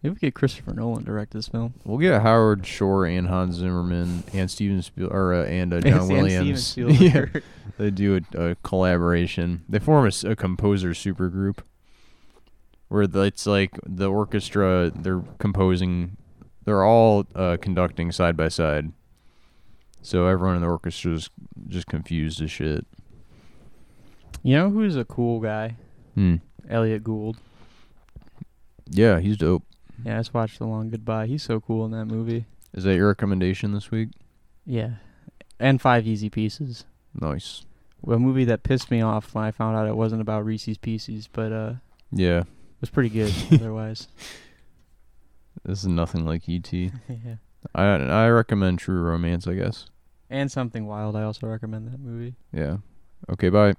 Speaker 3: Maybe we get Christopher Nolan to direct this film.
Speaker 2: We'll get Howard Shore and Hans Zimmerman and Steven Spiel or uh, and uh,
Speaker 3: And
Speaker 2: John
Speaker 3: Steven
Speaker 2: Williams. yeah,
Speaker 3: Spielberg.
Speaker 2: they do a, a collaboration. They form a, s- a composer supergroup where the, it's like the orchestra. They're composing. They're all uh, conducting side by side. So everyone in the orchestra is just confused as shit.
Speaker 3: You know who's a cool guy?
Speaker 2: Hmm.
Speaker 3: Elliot Gould.
Speaker 2: Yeah, he's dope.
Speaker 3: Yeah, I just watched The Long Goodbye. He's so cool in that movie.
Speaker 2: Is that your recommendation this week?
Speaker 3: Yeah. And Five Easy Pieces.
Speaker 2: Nice.
Speaker 3: A movie that pissed me off when I found out it wasn't about Reese's Pieces, but uh,
Speaker 2: Yeah,
Speaker 3: it was pretty good otherwise.
Speaker 2: this is nothing like E.T.
Speaker 3: Yeah.
Speaker 2: I I recommend True Romance, I guess.
Speaker 3: And Something Wild. I also recommend that movie.
Speaker 2: Yeah. Okay, bye.